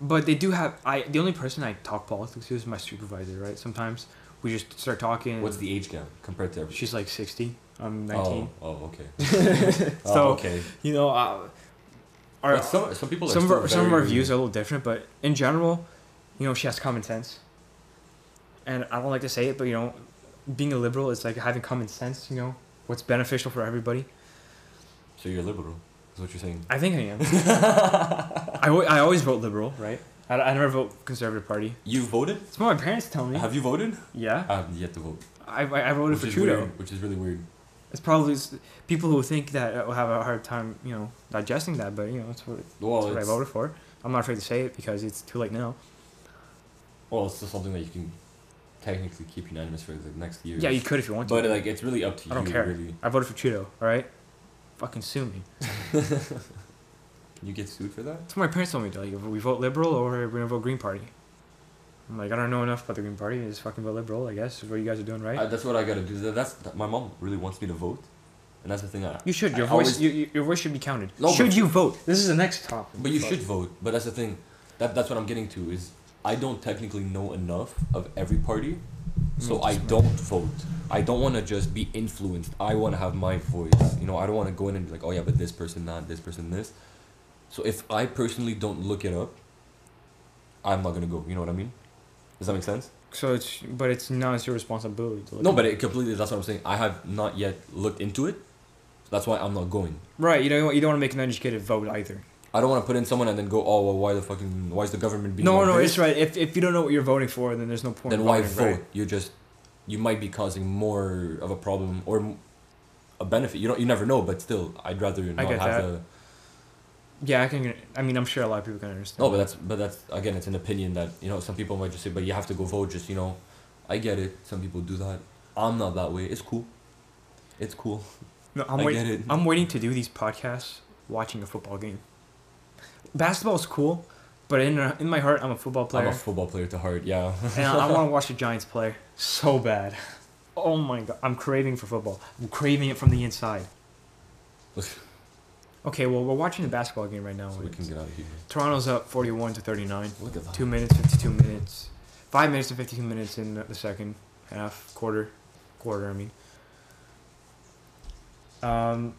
Speaker 1: But they do have I the only person I talk politics to is my supervisor. Right, sometimes we just start talking.
Speaker 2: what's the age gap compared to every
Speaker 1: Mm. She's like sixty. I'm nineteen.
Speaker 2: oh oh okay
Speaker 1: So-
Speaker 2: oh, okay
Speaker 1: You know, uh, our,
Speaker 2: But some some people are
Speaker 1: some of
Speaker 2: still
Speaker 1: our, some of our
Speaker 2: very-
Speaker 1: views are a little different, but in general, you know, she has common sense. And I don't like to say it, but you know, being a liberal is like having common sense. You know, what's beneficial for everybody.
Speaker 2: so you're liberal is what you're saying
Speaker 1: I think I am. I, w- I always vote liberal, right? I, I never vote conservative party.
Speaker 2: you voted
Speaker 1: It's what my parents tell me.
Speaker 2: have you voted
Speaker 1: yeah,
Speaker 2: I have yet to vote
Speaker 1: I, I I voted
Speaker 2: which
Speaker 1: for
Speaker 2: is
Speaker 1: Trudeau.
Speaker 2: weird, which is really weird
Speaker 1: It's probably s- people who think that will have a hard time, you know, digesting that. But you know, it's what, it's
Speaker 2: well
Speaker 1: what I
Speaker 2: it's,
Speaker 1: voted for. I'm not afraid to say it because it's too late now.
Speaker 2: well it's just something that you can technically keep unanimous for the next year
Speaker 1: Yeah, you could if you want to.
Speaker 2: but like it's really up to
Speaker 1: I don't
Speaker 2: you
Speaker 1: care.
Speaker 2: really
Speaker 1: I voted for Trudeau. All right, fucking sue me.
Speaker 2: you get sued for that
Speaker 1: That's what my parents told me. They're like, if we vote liberal or we're gonna vote Green Party. I'm like, I don't know enough about the Green Party. Just fucking vote liberal, I guess. Is what you guys are doing, right?
Speaker 2: I, Uh, that's what I gotta do. That- That's that- my mom really wants me to vote, and that's the thing. I,
Speaker 1: you should. Your
Speaker 2: I
Speaker 1: voice.
Speaker 2: always-
Speaker 1: you, you- your voice should be counted.
Speaker 2: No,
Speaker 1: should
Speaker 2: but-
Speaker 1: you vote? This is the next topic.
Speaker 2: but you should vote. But that's the thing. That that's what I'm getting to is I don't technically know enough of every party, so
Speaker 1: Mm,
Speaker 2: I
Speaker 1: smart.
Speaker 2: don't vote. I don't want to just be influenced. I want to have my voice. You know, I don't want to go in and be like, oh yeah, but this person not this person this. So if I personally don't look it up, I'm not gonna go. You know what I mean? Does that make sense?
Speaker 1: So it's, but it's not it's your responsibility. To look
Speaker 2: No,
Speaker 1: at
Speaker 2: but it completely. That's what I'm saying. I have not yet looked into it. That's why I'm not going.
Speaker 1: Right, you don't you don't want to make an educated vote either.
Speaker 2: I don't want to put in someone and then go, oh, well, why the fucking, why is the government being
Speaker 1: No,
Speaker 2: like
Speaker 1: no,
Speaker 2: this?
Speaker 1: it's right. If, if you don't know what you're voting for, then there's no point.
Speaker 2: Then
Speaker 1: in
Speaker 2: why
Speaker 1: voting,
Speaker 2: vote?
Speaker 1: right?
Speaker 2: You're just, you might be causing more of a problem or m- a benefit. You don't, you never know, but still, I'd rather not
Speaker 1: get
Speaker 2: have
Speaker 1: that.
Speaker 2: the.
Speaker 1: Yeah, I can. I mean, I'm sure a lot of people can understand.
Speaker 2: No, but that's, but that's again, it's an opinion that you know some people might just say, but you have to go vote. Just you know, I get it. Some people do that. I'm not that way. It's cool. It's cool.
Speaker 1: no, I'm
Speaker 2: I
Speaker 1: wait-
Speaker 2: get it.
Speaker 1: I'm waiting to do these podcasts, watching a football game. Basketball is cool, but in uh, in my heart, I'm a football player,
Speaker 2: I'm a football player to heart. Yeah.
Speaker 1: and I want to watch the Giants play so bad. Oh my god, I'm craving for football. I'm craving it from the inside. Okay, well, we're watching the basketball game right now.
Speaker 2: so we can get out of here.
Speaker 1: Toronto's up 41 to 39.
Speaker 2: Look at that.
Speaker 1: Two minutes, fifty-two minutes, five minutes and fifty-two minutes in the second half, quarter, quarter. I mean, um,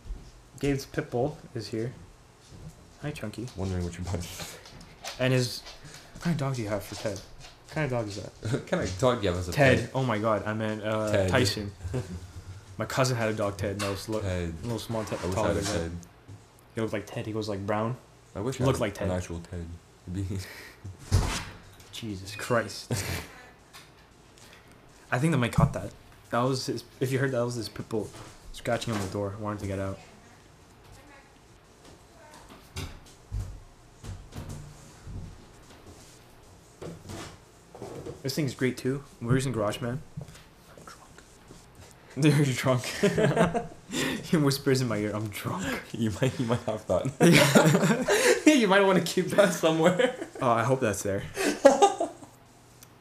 Speaker 1: Gabe's pitbull is here. Hi, Chunky.
Speaker 2: Wondering what you're buying.
Speaker 1: And his what kind of dog do you have for Ted? What kind of dog is that?
Speaker 2: What kind of dog do you have as a
Speaker 1: Ted.
Speaker 2: pet?
Speaker 1: Oh my God, I meant uh,
Speaker 2: Ted.
Speaker 1: Tyson. my cousin had a dog, Ted. No, little,
Speaker 2: Ted.
Speaker 1: little small Ted.
Speaker 2: I wish I
Speaker 1: taller
Speaker 2: had a
Speaker 1: than that.
Speaker 2: Ted.
Speaker 1: He looked like Ted. He was like brown.
Speaker 2: I wish
Speaker 1: Look
Speaker 2: I had
Speaker 1: like
Speaker 2: an
Speaker 1: Ted.
Speaker 2: actual Ted. It'd be-
Speaker 1: Jesus Christ. I think the mic caught that. That was his, if you heard that was his pit bull scratching on the door, wanted to get out. This thing's great too. We We're using GarageBand. I'm drunk. You're drunk. he whispers in my ear, I'm drunk.
Speaker 2: you might you might have that.
Speaker 1: you might want to
Speaker 2: Keep that somewhere.
Speaker 1: Oh, I hope that's there.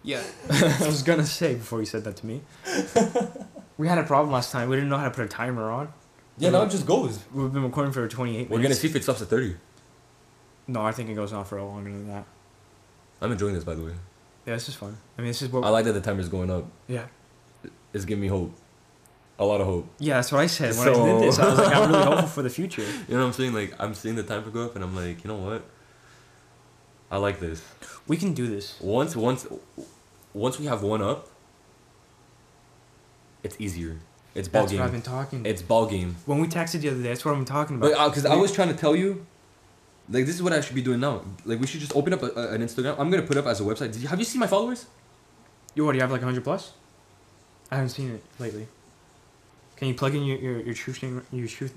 Speaker 1: yeah. I was gonna say before you said that to me. we had a problem last time. We didn't know how to put a timer on.
Speaker 2: Yeah, now it just goes.
Speaker 1: We've been recording for 28
Speaker 2: We're gonna
Speaker 1: minutes.
Speaker 2: see if it stops at thirty.
Speaker 1: No, I think it goes on for longer than that.
Speaker 2: I'm enjoying this by the way.
Speaker 1: Yeah, this is fun. I mean, this is what.
Speaker 2: I like that the timer's going up.
Speaker 1: yeah.
Speaker 2: is giving me hope, a lot of hope.
Speaker 4: Yeah, that's what I said when I
Speaker 2: So-
Speaker 4: did this. I was like, I'm really hopeful for the future.
Speaker 2: You know what I'm saying? Like I'm seeing the time go up, and I'm like, you know what? I like this.
Speaker 4: We can do this.
Speaker 2: Once once once we have one up, it's easier. It's ball
Speaker 1: That's what I've
Speaker 2: game.
Speaker 1: been talking.
Speaker 2: It's ball game.
Speaker 1: when we texted the other day, that's what I'm talking about.
Speaker 2: But because uh, I was trying to tell you, like this is what I should be doing now. Like we should just open up a, a- an Instagram. I'm gonna put up as a website. Did you, have you seen my followers?
Speaker 1: you already have like 100 plus. I haven't seen it lately. Can you plug in your your, your truth name? Your truth.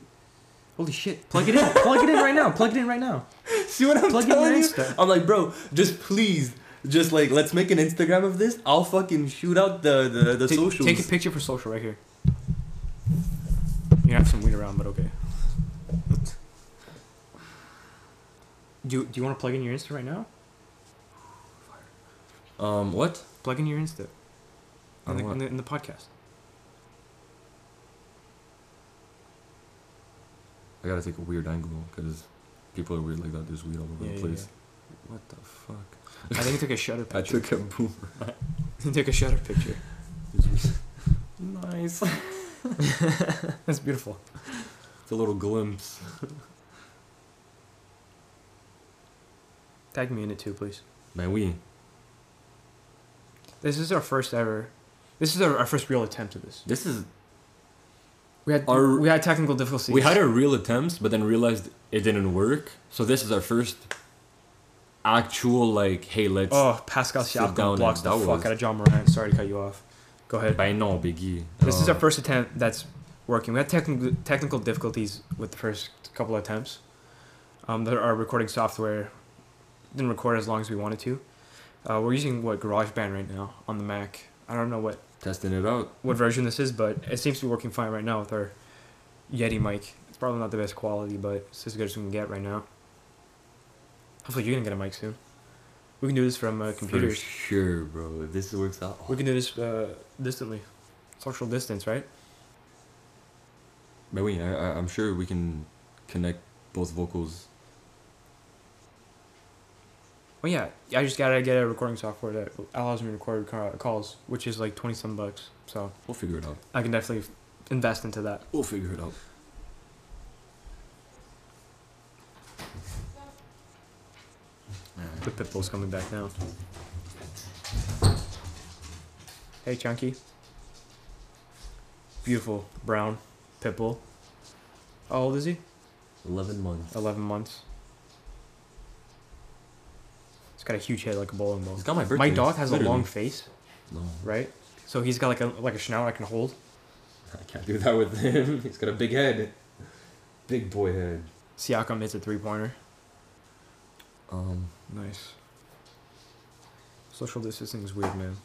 Speaker 1: Holy shit! Plug it in. plug it in right now. Plug it in right now.
Speaker 2: See what I'm
Speaker 1: Plug in
Speaker 2: telling
Speaker 1: your
Speaker 2: you?
Speaker 1: Insta.
Speaker 2: I'm like, bro, just please, just like let's make an Instagram of this. I'll fucking shoot out the the the
Speaker 1: Take-
Speaker 2: socials.
Speaker 1: Take a picture for social right here.
Speaker 4: You have some weed around, but okay.
Speaker 1: Do Do you want to plug in your Insta right now?
Speaker 2: um, what?
Speaker 1: Plug in your Insta.
Speaker 2: On
Speaker 1: In the,
Speaker 2: what?
Speaker 1: in, the, in the podcast.
Speaker 2: I gotta take a weird angle because people are weird like that. There's weed all over
Speaker 1: Yeah,
Speaker 2: the
Speaker 1: yeah,
Speaker 2: place. What the fuck?
Speaker 1: I think he took a shutter
Speaker 2: I
Speaker 1: picture.
Speaker 2: took a boomer.
Speaker 1: he took a shutter picture.
Speaker 2: nice.
Speaker 1: That's beautiful.
Speaker 2: It's a little glimpse.
Speaker 1: Tag me in it too, please.
Speaker 2: Man, we.
Speaker 1: This is our first ever. This is our, our first real attempt at this.
Speaker 2: This is
Speaker 1: We had
Speaker 2: Our-
Speaker 1: we had technical difficulties.
Speaker 2: We had our real attempts, but then realized it didn't work. So this is our first actual like, hey, let's.
Speaker 1: oh Pascal
Speaker 2: sit down
Speaker 1: Siakam
Speaker 2: and
Speaker 1: blocks the
Speaker 2: that
Speaker 1: fuck
Speaker 2: was-
Speaker 1: out of John Morant. Sorry to cut you off. Go ahead.
Speaker 2: By no biggie.
Speaker 1: This is
Speaker 2: Uh,
Speaker 1: our first attempt that's working. We had technical technical difficulties with the first couple of attempts. Um, that our recording software didn't record as long as we wanted to. Uh, we're using what GarageBand right now on the Mac. I don't know what
Speaker 2: testing it out.
Speaker 1: what version this is, but it seems to be working fine right now with our Yeti mic. It's probably not the best quality, but it's as good as we can get right now. Hopefully, you're gonna get a mic soon. We can do this from uh, computers.
Speaker 2: For sure, bro. If this works out,
Speaker 1: We can do this uh, distantly, social distance, right?
Speaker 2: But we, I, I- I'm sure we can connect both vocals.
Speaker 1: Well, Oh, yeah, I just gotta get a recording software that allows me to record ca- calls, which is like twenty some bucks. So
Speaker 2: We'll figure it out.
Speaker 1: I can definitely invest into that.
Speaker 2: We'll figure it out.
Speaker 1: The pitbull's coming back now. Hey, Chunky. Beautiful brown pitbull. How old is he?
Speaker 2: Eleven months.
Speaker 1: Eleven months. He's got a huge head like a bowling ball.
Speaker 2: He's got my birthday.
Speaker 1: My dog has
Speaker 2: literally.
Speaker 1: a long face,
Speaker 2: No,
Speaker 1: right? So he's got like a like a schnauz I can hold.
Speaker 2: I can't do that with him. He's got a big head. Big boy head.
Speaker 1: Siakam hits a three pointer.
Speaker 2: Um,
Speaker 1: Nice. Social distancing is weird, man.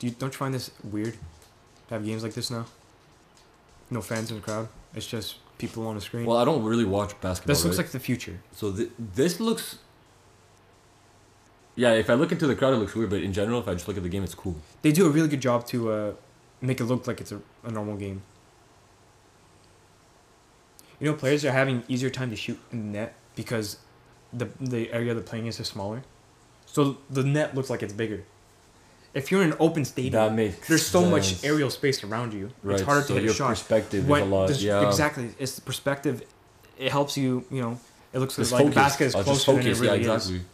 Speaker 1: Do you don't you find this weird to have games like this now? No fans in the crowd. It's just people on a screen.
Speaker 2: well, I don't really watch basketball.
Speaker 1: this looks
Speaker 2: right?
Speaker 1: like the future.
Speaker 2: So th- this looks. Yeah, if I look into the crowd, it looks weird. But in general, if I just look at the game, it's cool.
Speaker 1: They do a really good job to uh, make it look like it's a, a normal game. You know, players are having easier time to shoot in the net because the the area they're playing is just smaller. So the net looks like it's bigger. If you're in an open stadium,
Speaker 2: That makes
Speaker 1: there's so
Speaker 2: sense.
Speaker 1: much aerial space around you.
Speaker 2: Right,
Speaker 1: It's harder
Speaker 2: so
Speaker 1: to hit
Speaker 2: your
Speaker 1: a shot.
Speaker 2: perspective
Speaker 1: When-
Speaker 2: is a lot.
Speaker 1: there's-
Speaker 2: yeah,
Speaker 1: Exactly. It's the perspective. It helps you. You know, it looks
Speaker 2: Just
Speaker 1: like the
Speaker 2: focus.
Speaker 1: basket is
Speaker 2: Uh, just
Speaker 1: closer than it
Speaker 2: focus,
Speaker 1: really
Speaker 2: yeah,
Speaker 1: is.
Speaker 2: exactly.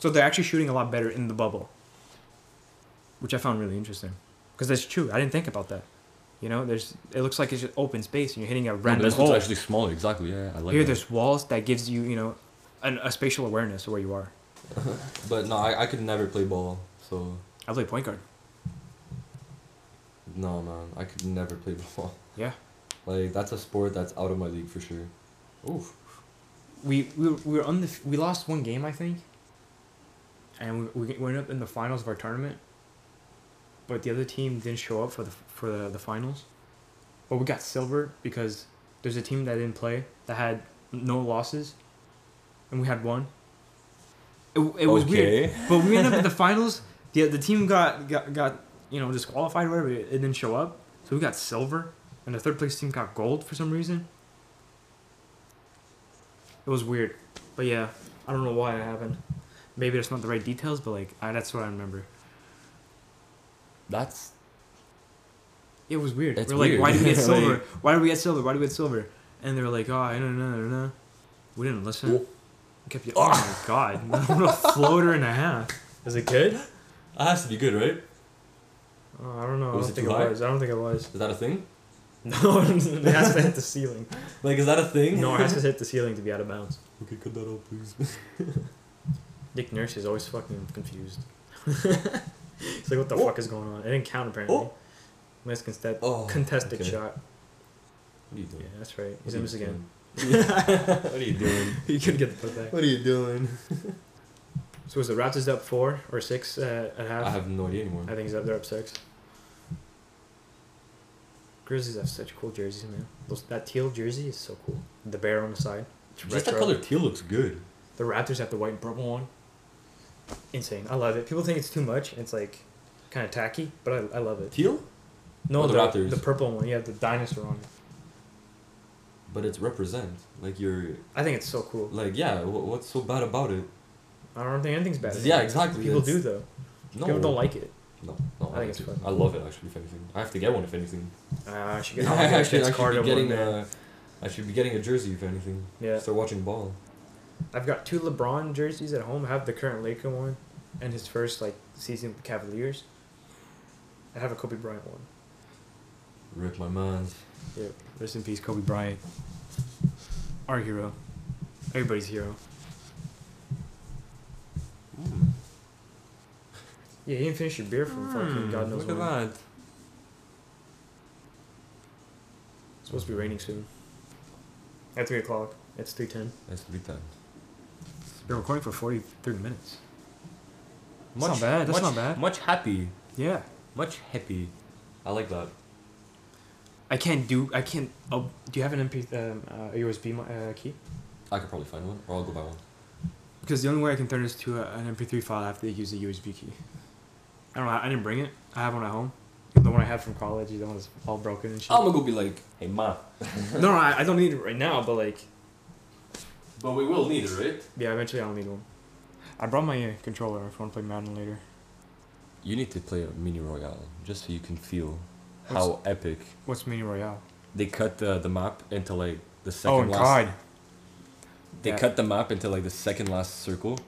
Speaker 1: So they're actually shooting a lot better in the bubble, which I found really interesting because that's true. I didn't think about that. You know, there's it looks like it's just open space and you're hitting a
Speaker 2: No, but
Speaker 1: random
Speaker 2: this one's
Speaker 1: hole.
Speaker 2: actually smaller. Exactly. Yeah, I like
Speaker 1: Here,
Speaker 2: that.
Speaker 1: there's walls that gives you you know, an, a spatial awareness of where you are.
Speaker 2: But no, I, I could never play ball. So
Speaker 1: I play point guard.
Speaker 2: no, man, I could never play ball.
Speaker 1: Yeah.
Speaker 2: Like that's a sport that's out of my league for sure. Oof.
Speaker 1: we we were, we were on the we lost one game I think. And we, we went up in the finals of our tournament. But the other team didn't show up for the for the, the finals. But we got silver because there's a team that didn't play that had no losses, and we had one. It, it was weird,
Speaker 2: Okay.
Speaker 1: but we ended up in the finals. the The team got got got you know disqualified or whatever. It didn't show up, so we got silver, and the third place team got gold for some reason. It was weird, but yeah, I don't know why it happened. Maybe that's not the right details, but like I, that's what I remember.
Speaker 2: That's
Speaker 1: It was weird.
Speaker 2: It's
Speaker 1: we're like,
Speaker 2: weird.
Speaker 1: why do we get
Speaker 2: Like-
Speaker 1: silver? why do we get silver? Why do we get silver? And they were like, oh, I don't know, I don't know. We didn't listen.
Speaker 2: Well-
Speaker 1: We kept yelling, oh my god, what a floater and a half.
Speaker 4: Is it good?
Speaker 2: That has to be good, right?
Speaker 1: Oh, I don't know. I don't
Speaker 2: Was it
Speaker 1: think
Speaker 2: too
Speaker 1: it
Speaker 2: high?
Speaker 1: was. I don't think it was.
Speaker 2: Is that a thing?
Speaker 1: No, it has to hit the ceiling.
Speaker 2: Like, is that a thing?
Speaker 1: No, it has to hit the ceiling to be out of bounds.
Speaker 2: Okay, cut that out, please.
Speaker 1: Dick Nurse is always fucking confused. He's like, what the fuck is going on? It didn't count apparently.
Speaker 2: Oh.
Speaker 1: Nice contest-
Speaker 2: Oh,
Speaker 1: contested
Speaker 2: okay.
Speaker 1: shot.
Speaker 2: What are you
Speaker 1: Yeah,
Speaker 2: doing?
Speaker 1: that's right.
Speaker 2: What
Speaker 1: He's
Speaker 2: are
Speaker 1: in
Speaker 2: you
Speaker 1: this again.
Speaker 2: doing? what are you doing?
Speaker 1: He couldn't get the put back.
Speaker 2: What are you doing?
Speaker 1: So was the Raptors up four or six uh, at half?
Speaker 2: I have no idea anymore.
Speaker 1: I think he's up there up six. Grizzlies have such cool jerseys, man. Those, that teal jersey is so cool. The bear on the side. It's
Speaker 2: Just that
Speaker 1: retro.
Speaker 2: color teal looks good.
Speaker 1: The Raptors have the white and purple one. Insane. I love it. People think it's too much. It's like kind of tacky, but I, I love it.
Speaker 2: Teal?
Speaker 1: No,
Speaker 2: Oh, the
Speaker 1: the,
Speaker 2: Raptors.
Speaker 1: the purple one. Yeah, the dinosaur on it.
Speaker 2: But it's represent. Like, you're.
Speaker 1: I think it's so cool.
Speaker 2: Like, yeah, wh- what's so bad about it?
Speaker 1: I don't think anything's bad. about
Speaker 2: Yeah,
Speaker 1: it.
Speaker 2: exactly.
Speaker 1: People
Speaker 2: It's-
Speaker 1: do though.
Speaker 2: No.
Speaker 1: People don't like it.
Speaker 2: No, no,
Speaker 1: I
Speaker 2: I,
Speaker 1: think
Speaker 2: like
Speaker 1: it's
Speaker 2: it.
Speaker 1: fun.
Speaker 2: I love it, actually, if anything. I have to get one, if anything.
Speaker 1: Uh, I should get.
Speaker 2: I,
Speaker 1: I
Speaker 2: should, I should
Speaker 1: Carter
Speaker 2: be getting uh,
Speaker 1: one, man.
Speaker 2: a, I should be getting a jersey, if anything.
Speaker 1: Yeah.
Speaker 2: Start watching ball.
Speaker 1: I've got two LeBron jerseys at home. I have the current Laker one, and his first like season with the Cavaliers. I have a Kobe Bryant one.
Speaker 2: Rip my minds.
Speaker 1: Yeah,
Speaker 4: Rest in peace, Kobe Bryant. Our hero.
Speaker 1: everybody's hero. Hmm. Yeah, you didn't finish your beer from fucking God knows
Speaker 2: Hmm. Look at
Speaker 1: when.
Speaker 2: that.
Speaker 1: It's supposed to be raining soon. At three o'clock. It's three ten.
Speaker 2: That's three times.
Speaker 4: Been recording for 43 minutes.
Speaker 2: Much,
Speaker 4: not bad, that's
Speaker 2: much,
Speaker 4: not bad.
Speaker 2: Much happy.
Speaker 4: Yeah.
Speaker 2: Much happy. I like that.
Speaker 1: I can't do. I can't. Oh, do you have an MP um, uh, a USB mi- uh, key?
Speaker 2: I could probably find one, or I'll go buy one.
Speaker 1: Because the only way I can turn this to a, an MP3 file, I have to use a USB key. I don't know. I didn't bring it. I have one at home. The one I had from college, the one that's all broken and shit.
Speaker 2: I'm gonna go be like, hey ma.
Speaker 1: no, no, I, I don't need it right now, but like,
Speaker 2: But we will need it, right?
Speaker 1: yeah, eventually I'll need one. I brought my uh, controller if I want to play Madden later.
Speaker 2: You need to play a mini royale just so you can feel
Speaker 1: What's-
Speaker 2: how epic.
Speaker 1: What's Mini Royale?
Speaker 2: They cut the, the map into like the second
Speaker 1: Oh, and
Speaker 2: last.
Speaker 1: COD.
Speaker 2: They
Speaker 1: Yeah.
Speaker 2: cut the map into like the second last circle.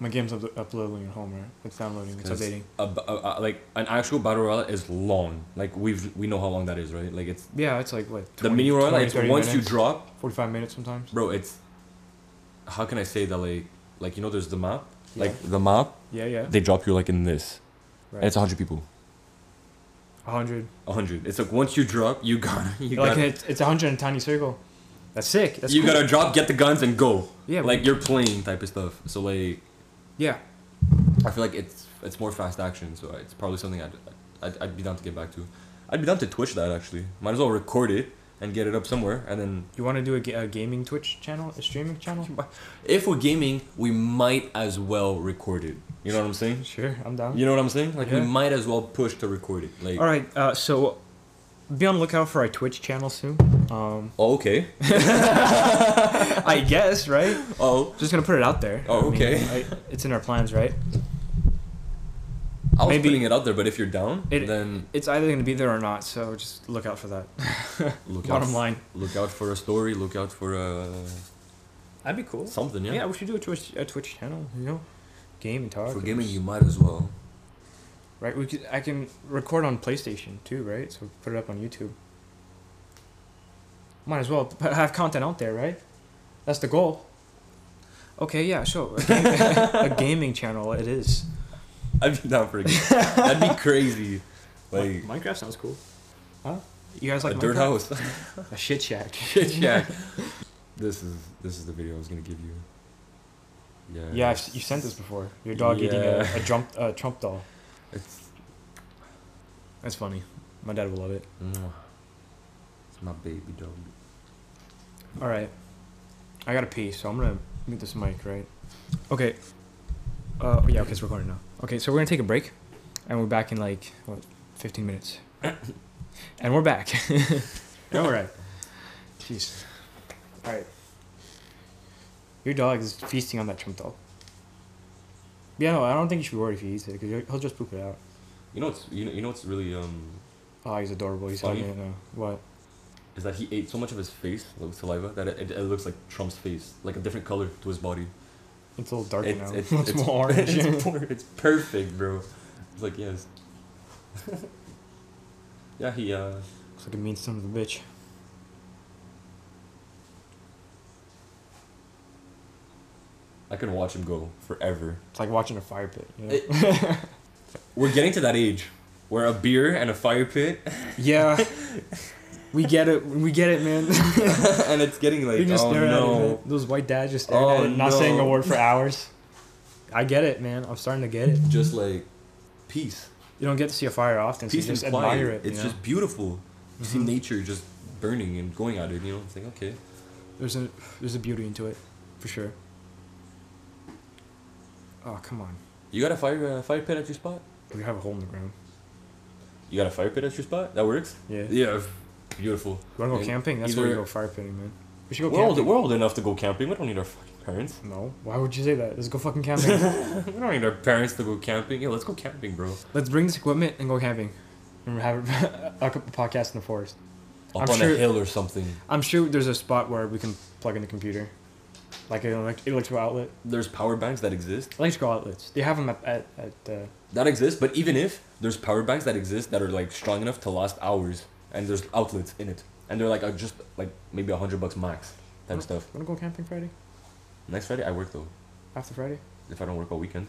Speaker 1: My game's up- uploading at home, right? It's downloading. It's
Speaker 2: 'Cause
Speaker 1: updating.
Speaker 2: A, b- a- a- like an actual battle royale is long. Like we've we know how long that is, right? Like it's
Speaker 1: Yeah, it's like what? 20,
Speaker 2: the mini royale.
Speaker 1: 20,
Speaker 2: It's
Speaker 1: 30
Speaker 2: once you
Speaker 1: minutes,
Speaker 2: drop,
Speaker 1: Forty-five minutes sometimes.
Speaker 2: bro. It's how can I say that like like you know there's the map. Like the map,
Speaker 1: Yeah, yeah.
Speaker 2: they drop you like in this.
Speaker 1: Right.
Speaker 2: And it's hundred people.
Speaker 1: A hundred.
Speaker 2: hundred. It's like once you drop, you gotta you
Speaker 1: Like
Speaker 2: gotta
Speaker 1: it's it's a hundred in a tiny circle. That's sick. That's
Speaker 2: you
Speaker 1: cool.
Speaker 2: gotta drop, get the guns, and go.
Speaker 1: Yeah,
Speaker 2: like you're playing type of stuff. So like,
Speaker 1: yeah.
Speaker 2: I feel like it's it's more fast action. So it's probably something I'd I'd, I'd be down to get back to. I'd be down to Twitch that actually. Might as well record it and get it up somewhere. And then
Speaker 1: You want to do a, ga- a gaming Twitch channel, a streaming channel?
Speaker 2: if we're gaming, we might as well record it. You know what I'm saying?
Speaker 1: Sure, I'm down.
Speaker 2: You know what I'm saying? Like
Speaker 1: Yeah.
Speaker 2: we might as well push to record it. Like
Speaker 1: All right. Uh, so be on the lookout for our Twitch channel soon. Um,
Speaker 2: oh, okay.
Speaker 1: I guess right.
Speaker 2: Oh,
Speaker 1: Just gonna put it out there.
Speaker 2: Oh,
Speaker 1: I mean,
Speaker 2: okay.
Speaker 1: I- it's in our plans, right?
Speaker 2: I was
Speaker 1: Maybe-
Speaker 2: putting it out there, but if you're down,
Speaker 1: It-
Speaker 2: then
Speaker 1: It's either gonna be there or not. So just look out for that.
Speaker 2: look out.
Speaker 1: Bottom line.
Speaker 2: Look out for a story. Look out for a
Speaker 1: That'd be cool.
Speaker 2: something.
Speaker 1: Yeah. we should do a Twitch a Twitch channel. You know, game and talk.
Speaker 2: For
Speaker 1: and
Speaker 2: gaming,
Speaker 1: just-
Speaker 2: you might as well.
Speaker 1: Right. We could, I can record on PlayStation too, right? So put it up on YouTube. Might as well p- have content out there, right? That's the goal. Okay, yeah, sure. A, gam- a gaming channel, it is.
Speaker 2: I'd be down for a game. That'd be crazy. Like
Speaker 1: Minecraft sounds cool. Huh? You guys like
Speaker 2: a dirt
Speaker 1: Minecraft?
Speaker 2: house.
Speaker 1: A shit shack.
Speaker 2: Shit shack. This is this is the video I was gonna give you. Yeah.
Speaker 1: Yeah, I've, s- you sent this before. Your dog eating a,
Speaker 2: Yeah.
Speaker 1: a, Trump, a Trump doll.
Speaker 2: It's
Speaker 1: That's funny. My dad will love it.
Speaker 2: mwah. it's my baby dog.
Speaker 1: All right. I gotta pee, so I'm gonna mute this mic, right? Okay. Uh, yeah, okay, it's recording now. Okay, so we're gonna take a break, and we're back in like what, 15 minutes. and we're back. All right. Jeez. All right. Your dog is feasting on that Trump doll. Yeah, no, I don't think you should worry if he eats it because he'll just poop it out.
Speaker 2: You know what's you know, you know what's really um
Speaker 1: Oh, he's adorable. He's
Speaker 2: Oh,
Speaker 1: hot.
Speaker 2: you-
Speaker 1: Yeah, no. What?
Speaker 2: Is that he ate so much of his face, like saliva, that it, it, it looks like Trump's face, like a different color to his body.
Speaker 1: It's a little darker
Speaker 2: It's,
Speaker 1: now.
Speaker 2: it's,
Speaker 1: It's,
Speaker 2: it's,
Speaker 1: more orange.
Speaker 2: it's per- it's perfect, bro. It's like yes. yeah, he uh,
Speaker 1: Looks like a mean son of a bitch.
Speaker 2: I can watch him go forever.
Speaker 1: It's like watching a fire pit. You know?
Speaker 2: We're getting to that age where a beer and a fire pit,
Speaker 1: yeah. we get it. We get it, man.
Speaker 2: and it's getting like
Speaker 1: You just
Speaker 2: oh
Speaker 1: stare at it.
Speaker 2: no.
Speaker 1: man. Those white dads just staring
Speaker 2: Oh,
Speaker 1: at it, not saying a
Speaker 2: no.
Speaker 1: word for hours. I get it, man. I'm starting to get it.
Speaker 2: just like peace.
Speaker 1: You don't get to see a fire often, so you
Speaker 2: Peace
Speaker 1: just
Speaker 2: and quiet.
Speaker 1: admire it.
Speaker 2: it's
Speaker 1: you know? Mm-hmm.
Speaker 2: just beautiful. You see nature just burning and going at it, you know? It's like, okay.
Speaker 1: there's a there's a beauty into it, for sure. Oh come on,
Speaker 2: You got a fire uh, fire pit at your spot?
Speaker 1: we have a hole in the ground.
Speaker 2: You got a fire pit at your spot? That works?
Speaker 1: Yeah. You
Speaker 2: Yeah. Beautiful.
Speaker 1: wanna go
Speaker 2: And
Speaker 1: camping? That's where you
Speaker 2: either-
Speaker 1: go fire pitting, man. We should go
Speaker 2: We're old,
Speaker 1: camping.
Speaker 2: we're old enough to go camping. We don't need our fucking parents.
Speaker 1: No, why would you say that? Let's go fucking camping.
Speaker 2: we don't need our parents to go camping. Yeah, let's go camping, bro.
Speaker 1: Let's bring this equipment and go camping. And have a, a couple podcasts in the forest.
Speaker 2: Up
Speaker 1: I'm
Speaker 2: on
Speaker 1: sure-
Speaker 2: a hill or something.
Speaker 1: I'm sure there's a spot where we can plug in the computer, like an elect- electrical outlet.
Speaker 2: There's power banks that exist.
Speaker 1: Electrical outlets. They have them at at, at uh,
Speaker 2: That exist, but even if there's power banks that exist that are like strong enough to last hours and there's outlets in it. And they're like uh, just like maybe a hundred bucks max type stuff.
Speaker 1: Wanna go camping Friday?
Speaker 2: Next Friday I work though.
Speaker 1: After Friday,
Speaker 2: If I don't work all weekend.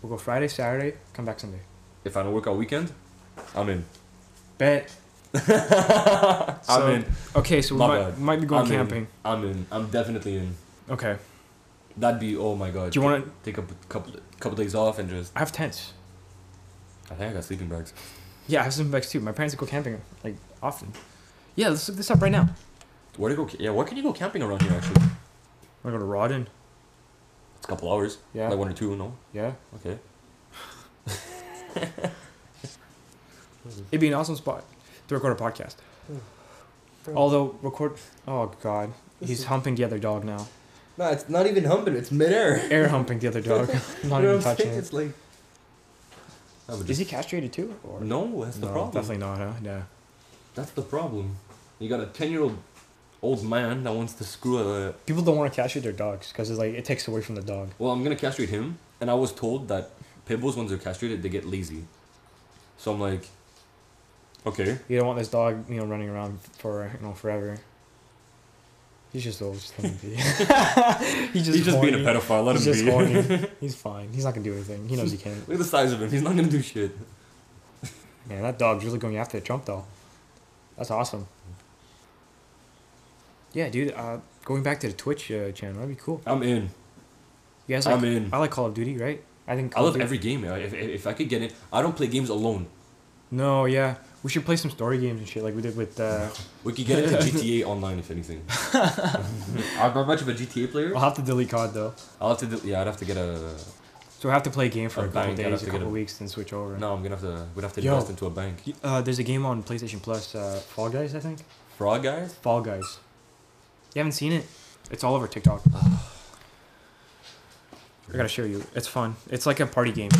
Speaker 1: we'll go Friday, Saturday, come back Sunday.
Speaker 2: If I don't work all weekend, I'm in.
Speaker 1: Bet.
Speaker 2: I'm
Speaker 1: So-
Speaker 2: in.
Speaker 1: Okay, so we
Speaker 2: My
Speaker 1: might,
Speaker 2: bad.
Speaker 1: might be going
Speaker 2: I'm in.
Speaker 1: camping.
Speaker 2: I'm in. I'm definitely in.
Speaker 1: Okay.
Speaker 2: That'd be oh my god.
Speaker 1: Do you want to?
Speaker 2: take a b- couple couple days off and just?
Speaker 1: I have tents.
Speaker 2: I think I got sleeping bags.
Speaker 1: Yeah, I have some bags too. My parents go camping like often. Yeah, let's look this up right now.
Speaker 2: Where to go? ca- Yeah, where can you go camping around here? Actually,
Speaker 1: I go to Rodden.
Speaker 2: it's a couple hours.
Speaker 1: Yeah.
Speaker 2: like one or two. No,
Speaker 1: Yeah.
Speaker 2: okay.
Speaker 1: It'd be an awesome spot to record a podcast. Although record, oh god, he's humping the other dog now.
Speaker 2: No, it's not even humping. It's midair.
Speaker 1: Air humping the other dog, not even touching it.
Speaker 2: like.
Speaker 1: Is he castrated too? Or?
Speaker 2: No, that's the
Speaker 1: No,
Speaker 2: problem.
Speaker 1: Definitely not. Huh? Yeah.
Speaker 2: That's the problem. You got a ten-year-old old man that wants to screw a.
Speaker 1: People don't want to castrate their dogs because it's like it takes away from the dog.
Speaker 2: Well, I'm gonna castrate him, and I was told that pit bulls, when they're castrated, they get lazy. So I'm like, okay.
Speaker 1: You don't want this dog, you know, running around for you know forever. He's just old. Just let him be. he's just
Speaker 2: He's just
Speaker 1: horny.
Speaker 2: being a pedophile. Let
Speaker 1: He's
Speaker 2: him
Speaker 1: just
Speaker 2: be.
Speaker 1: horny. He's fine. He's not gonna do anything. He knows he can't.
Speaker 2: Look at the size of him. He's not gonna do shit.
Speaker 1: Man, that dog's really going after the Trump doll. That's awesome. Yeah, dude. Uh, going back to the Twitch uh, channel, that'd be cool.
Speaker 2: I'm in.
Speaker 1: You guys like?
Speaker 2: I'm in.
Speaker 1: I like Call of Duty, right? I think.
Speaker 2: I
Speaker 1: Call of
Speaker 2: love
Speaker 1: Duty-
Speaker 2: every game. If, if, if I could get it, I don't play games alone.
Speaker 1: No, yeah. We should play some story games and shit like we did with. Uh,
Speaker 2: We could get into GTA Online if anything. I'm not much of a GTA player.
Speaker 1: we'll have to delete COD though,
Speaker 2: I'll have to. Do, yeah, I'd have to get a.
Speaker 1: so we will have to play a game for
Speaker 2: A
Speaker 1: a, couple
Speaker 2: bank, I'd have
Speaker 1: days,
Speaker 2: to
Speaker 1: a
Speaker 2: get
Speaker 1: couple
Speaker 2: a-
Speaker 1: weeks, then switch over.
Speaker 2: No, I'm gonna have to. We'd have to
Speaker 1: Yo.
Speaker 2: invest into a bank.
Speaker 1: Uh, there's a game on PlayStation Plus, uh, Fall Guys, I think.
Speaker 2: Frog guys.
Speaker 1: Fall Guys. You haven't seen it? It's all over TikTok. I gotta show you. It's fun. It's like a party game,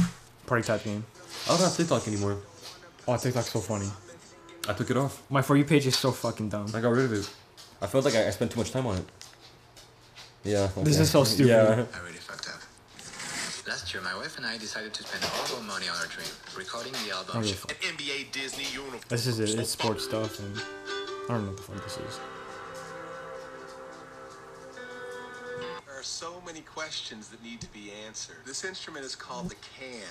Speaker 1: party type game.
Speaker 2: I don't have TikTok anymore.
Speaker 1: Oh, TikTok's so funny.
Speaker 2: I took it off.
Speaker 1: My For You page is so fucking dumb.
Speaker 2: I got rid of it. I felt like I, I spent too much time on it. Yeah.
Speaker 1: This
Speaker 2: okay.
Speaker 1: is so stupid.
Speaker 2: Yeah.
Speaker 5: I really fucked up. Last year, my wife and I decided to spend all of our money on our dream, recording the album.
Speaker 1: Okay.
Speaker 5: Chiffon.
Speaker 6: NBA Disney uniform.
Speaker 1: This is it. It's sports stuff, and I don't know what the fuck this is.
Speaker 6: There are so many questions that need to be answered. This instrument is called the can.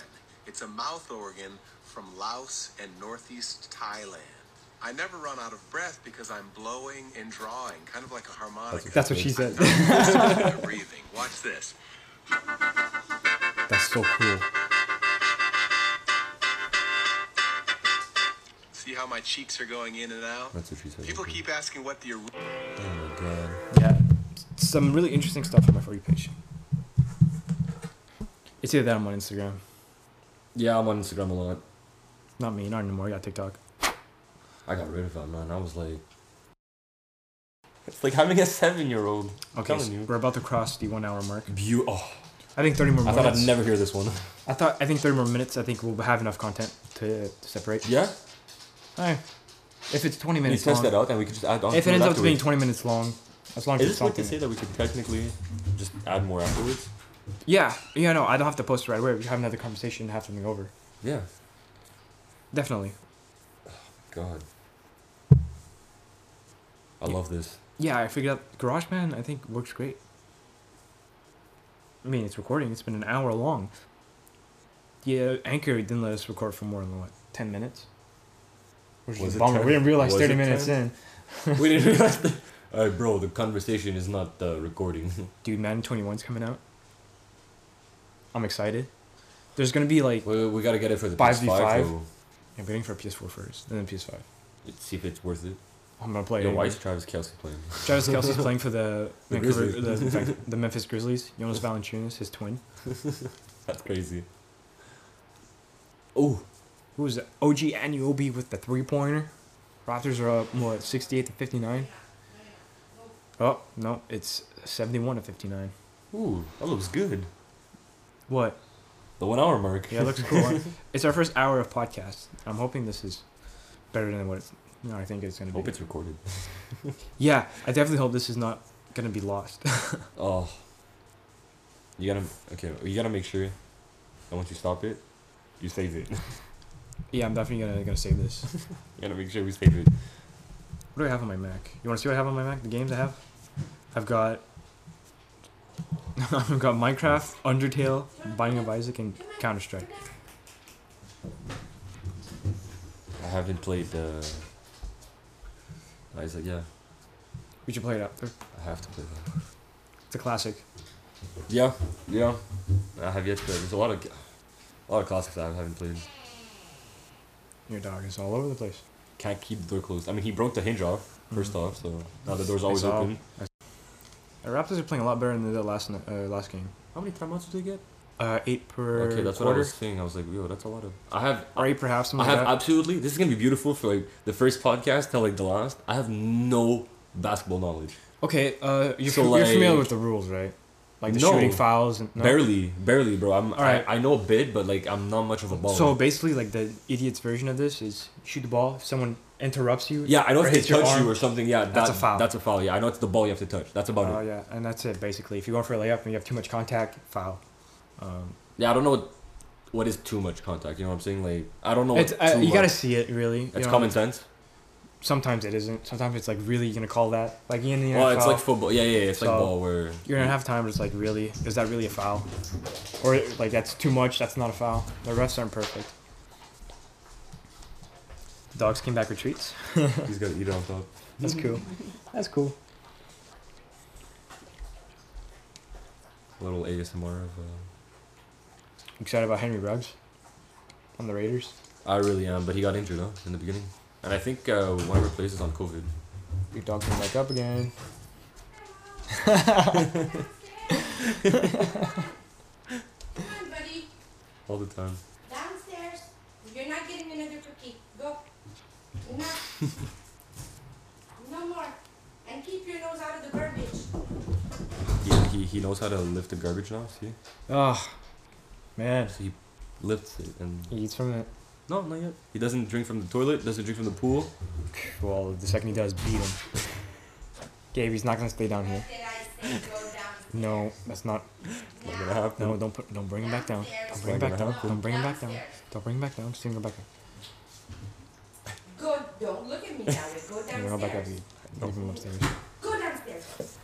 Speaker 6: It's a mouth organ from Laos and northeast Thailand. I never run out of breath because I'm blowing and drawing, kind of like a harmonica.
Speaker 1: That's what she said.
Speaker 6: I'm breathing. Watch this.
Speaker 1: That's so cool.
Speaker 6: See how my cheeks are going in and out?
Speaker 2: That's what she said.
Speaker 6: People keep asking what the ori-
Speaker 2: Oh my god.
Speaker 1: Yeah, some really interesting stuff on my For You page. It's either that or I'm on Instagram.
Speaker 2: Yeah, I'm on Instagram a lot.
Speaker 1: Not me, not anymore. I got TikTok.
Speaker 2: I got rid of it, man. I was like. It's like having a seven-year-old.
Speaker 1: Okay, so we're about to cross the one hour mark.
Speaker 2: Beau- oh,
Speaker 1: I think 30 more
Speaker 2: I
Speaker 1: minutes.
Speaker 2: thought I'd never hear this one.
Speaker 1: I thought I think 30 more minutes. I think we'll have enough content to, to separate.
Speaker 2: Yeah?
Speaker 1: Eh, if it's 20
Speaker 2: We
Speaker 1: minutes
Speaker 2: test
Speaker 1: long.
Speaker 2: that out and we could just add on.
Speaker 1: If
Speaker 2: to
Speaker 1: it ends up being
Speaker 2: afterwards.
Speaker 1: 20 minutes long, as long as
Speaker 2: Is
Speaker 1: it's
Speaker 2: this what
Speaker 1: something.
Speaker 2: they say that we could technically just add more afterwards?
Speaker 1: yeah, yeah, no, I don't have to post it right away. We have another conversation and have something over.
Speaker 2: Yeah.
Speaker 1: Definitely.
Speaker 2: God. I love this.
Speaker 1: Yeah, I figured out GarageBand, I think, works great. I mean, it's recording. It's been an hour long. Yeah, Anchor didn't let us record for more than, what, 10 minutes? Which
Speaker 2: Was
Speaker 1: is a
Speaker 2: it
Speaker 1: bummer.
Speaker 2: 10?
Speaker 1: We didn't realize
Speaker 2: Was
Speaker 1: 30
Speaker 2: it
Speaker 1: minutes
Speaker 2: 10?
Speaker 1: in.
Speaker 2: we didn't realize that. All right, bro. The conversation is not uh, recording.
Speaker 1: Dude, Madden 21's coming out. I'm excited. There's going to be, like,
Speaker 2: we, we gotta get it for the
Speaker 1: 5v5?
Speaker 2: PS5. though.
Speaker 1: I'm waiting for a PS4 first, and then PS5.
Speaker 2: Let's see if it's worth it.
Speaker 1: I'm going to play
Speaker 2: Yo,
Speaker 1: it.
Speaker 2: why is Travis Kelsey playing?
Speaker 1: Travis Kelsey's playing for the
Speaker 2: The
Speaker 1: Vancouver, the,
Speaker 2: Grizzlies.
Speaker 1: the, the Memphis Grizzlies. Jonas Valanciunas, his twin.
Speaker 2: That's crazy. Oh,
Speaker 1: Who was it? OG Anuobi with the three pointer. Raptors are up what sixty eight to fifty nine. Oh no, it's seventy one to fifty nine.
Speaker 2: ooh, that looks good.
Speaker 1: What?
Speaker 2: The one hour mark.
Speaker 1: Yeah, it looks cool. huh? it's our first hour of podcast. I'm hoping this is better than what it's, no, I think it's gonna be.
Speaker 2: Hope it's recorded.
Speaker 1: yeah, I definitely hope this is not gonna be lost.
Speaker 2: Oh. You gotta okay. You gotta make sure that once you stop it, you save it. you
Speaker 1: yeah, I'm definitely gonna gonna save this. What
Speaker 2: gotta make sure we save it.
Speaker 1: do I have on my Mac? You want to see what I have on my Mac? The games I have. I've got. I've got Minecraft, Undertale, Binding of Isaac, and Counter Strike.
Speaker 2: I haven't played uh Isaac. Yeah,
Speaker 1: We should play it after.
Speaker 2: I have to play that.
Speaker 1: It's a classic.
Speaker 2: Yeah, yeah. I have yet to. There's a lot of a lot of classics I haven't played.
Speaker 1: Your dog is all over the place.
Speaker 2: Can't keep the door closed. I mean, he broke the hinge off 1st off, so now the door's
Speaker 1: I
Speaker 2: always
Speaker 1: saw.
Speaker 2: open.
Speaker 1: The Raptors are playing a lot better than they did last ni- uh, last game.
Speaker 2: How many timeouts did they get?
Speaker 1: Uh, eight per
Speaker 2: Okay, that's what I
Speaker 1: quarter, Oh
Speaker 2: was saying. I was like, yo, that's a lot of. I have
Speaker 1: or eight per half, something
Speaker 2: I have
Speaker 1: like that.
Speaker 2: absolutely. This is gonna be beautiful for like the first podcast till like the last. I have no basketball knowledge.
Speaker 1: okay, uh, you're,
Speaker 2: So,
Speaker 1: fa- you're familiar
Speaker 2: like-
Speaker 1: with the rules, right? Like the
Speaker 2: No.
Speaker 1: shooting fouls and no?
Speaker 2: Barely, barely, bro. I'm.
Speaker 1: Alright.
Speaker 2: I, I know a bit, but like I'm not much of a baller.
Speaker 1: So basically, like the idiot's version of this is shoot the ball. If someone interrupts you,
Speaker 2: yeah, I know
Speaker 1: or
Speaker 2: if they
Speaker 1: hits your
Speaker 2: touch
Speaker 1: arm-
Speaker 2: you or something. Yeah,
Speaker 1: That's
Speaker 2: that-
Speaker 1: a foul.
Speaker 2: That's a foul. Yeah, I know it's the ball you have to touch. That's about
Speaker 1: Oh
Speaker 2: it.
Speaker 1: yeah, and that's it basically. If you go for a layup and you have too much contact, foul. Um,
Speaker 2: Yeah, I don't know what, what is too much contact. You know what I'm saying? Like I don't know.
Speaker 1: it's
Speaker 2: what
Speaker 1: uh,
Speaker 2: Oh, too
Speaker 1: you gotta
Speaker 2: much-
Speaker 1: see it really.
Speaker 2: It's common sense.
Speaker 1: Sometimes it isn't. Sometimes it's like really you're gonna call that like in the NFL.
Speaker 2: Well, it's like football. Yeah, yeah, yeah, it's like
Speaker 1: So,
Speaker 2: ball where
Speaker 1: You're gonna have time where it's like, really, is that really a foul? Or like that's too much. That's not a foul. The refs aren't perfect. The dogs came back with treats.
Speaker 2: he's got to eat it on top.
Speaker 1: That's cool. That's cool.
Speaker 2: A little ASMR of. Uh,
Speaker 1: Excited about Henry Ruggs on the Raiders.
Speaker 2: I really am, but he got injured, huh, in the beginning. And I think uh, one of our players is on COVID.
Speaker 1: Your dog came back up again.
Speaker 7: Come on, buddy.
Speaker 2: All the time.
Speaker 7: Downstairs. You're not getting another cookie. Go. No. no more. And keep your nose out of the garbage.
Speaker 2: He, he, he knows how to lift the garbage now, see? Ah,
Speaker 1: Oh, man.
Speaker 2: So he lifts it and.
Speaker 1: He eats from it.
Speaker 2: No, not yet. He doesn't drink from the toilet, doesn't drink from the pool.
Speaker 1: Well, the second he does, beat him. Gabe, he's not gonna stay down here.
Speaker 7: What did I say? Go downstairs.
Speaker 1: No, that's not.
Speaker 2: Not gonna happen.
Speaker 1: No, don't put. Don't bring him back down. Don't bring him back down. Don't bring him back down. Don't bring him back down. Just bring him back down.
Speaker 7: Go. Don't look at me that way. Go
Speaker 1: Bring him back up.
Speaker 7: downstairs.
Speaker 1: Leave him upstairs.
Speaker 7: Go downstairs.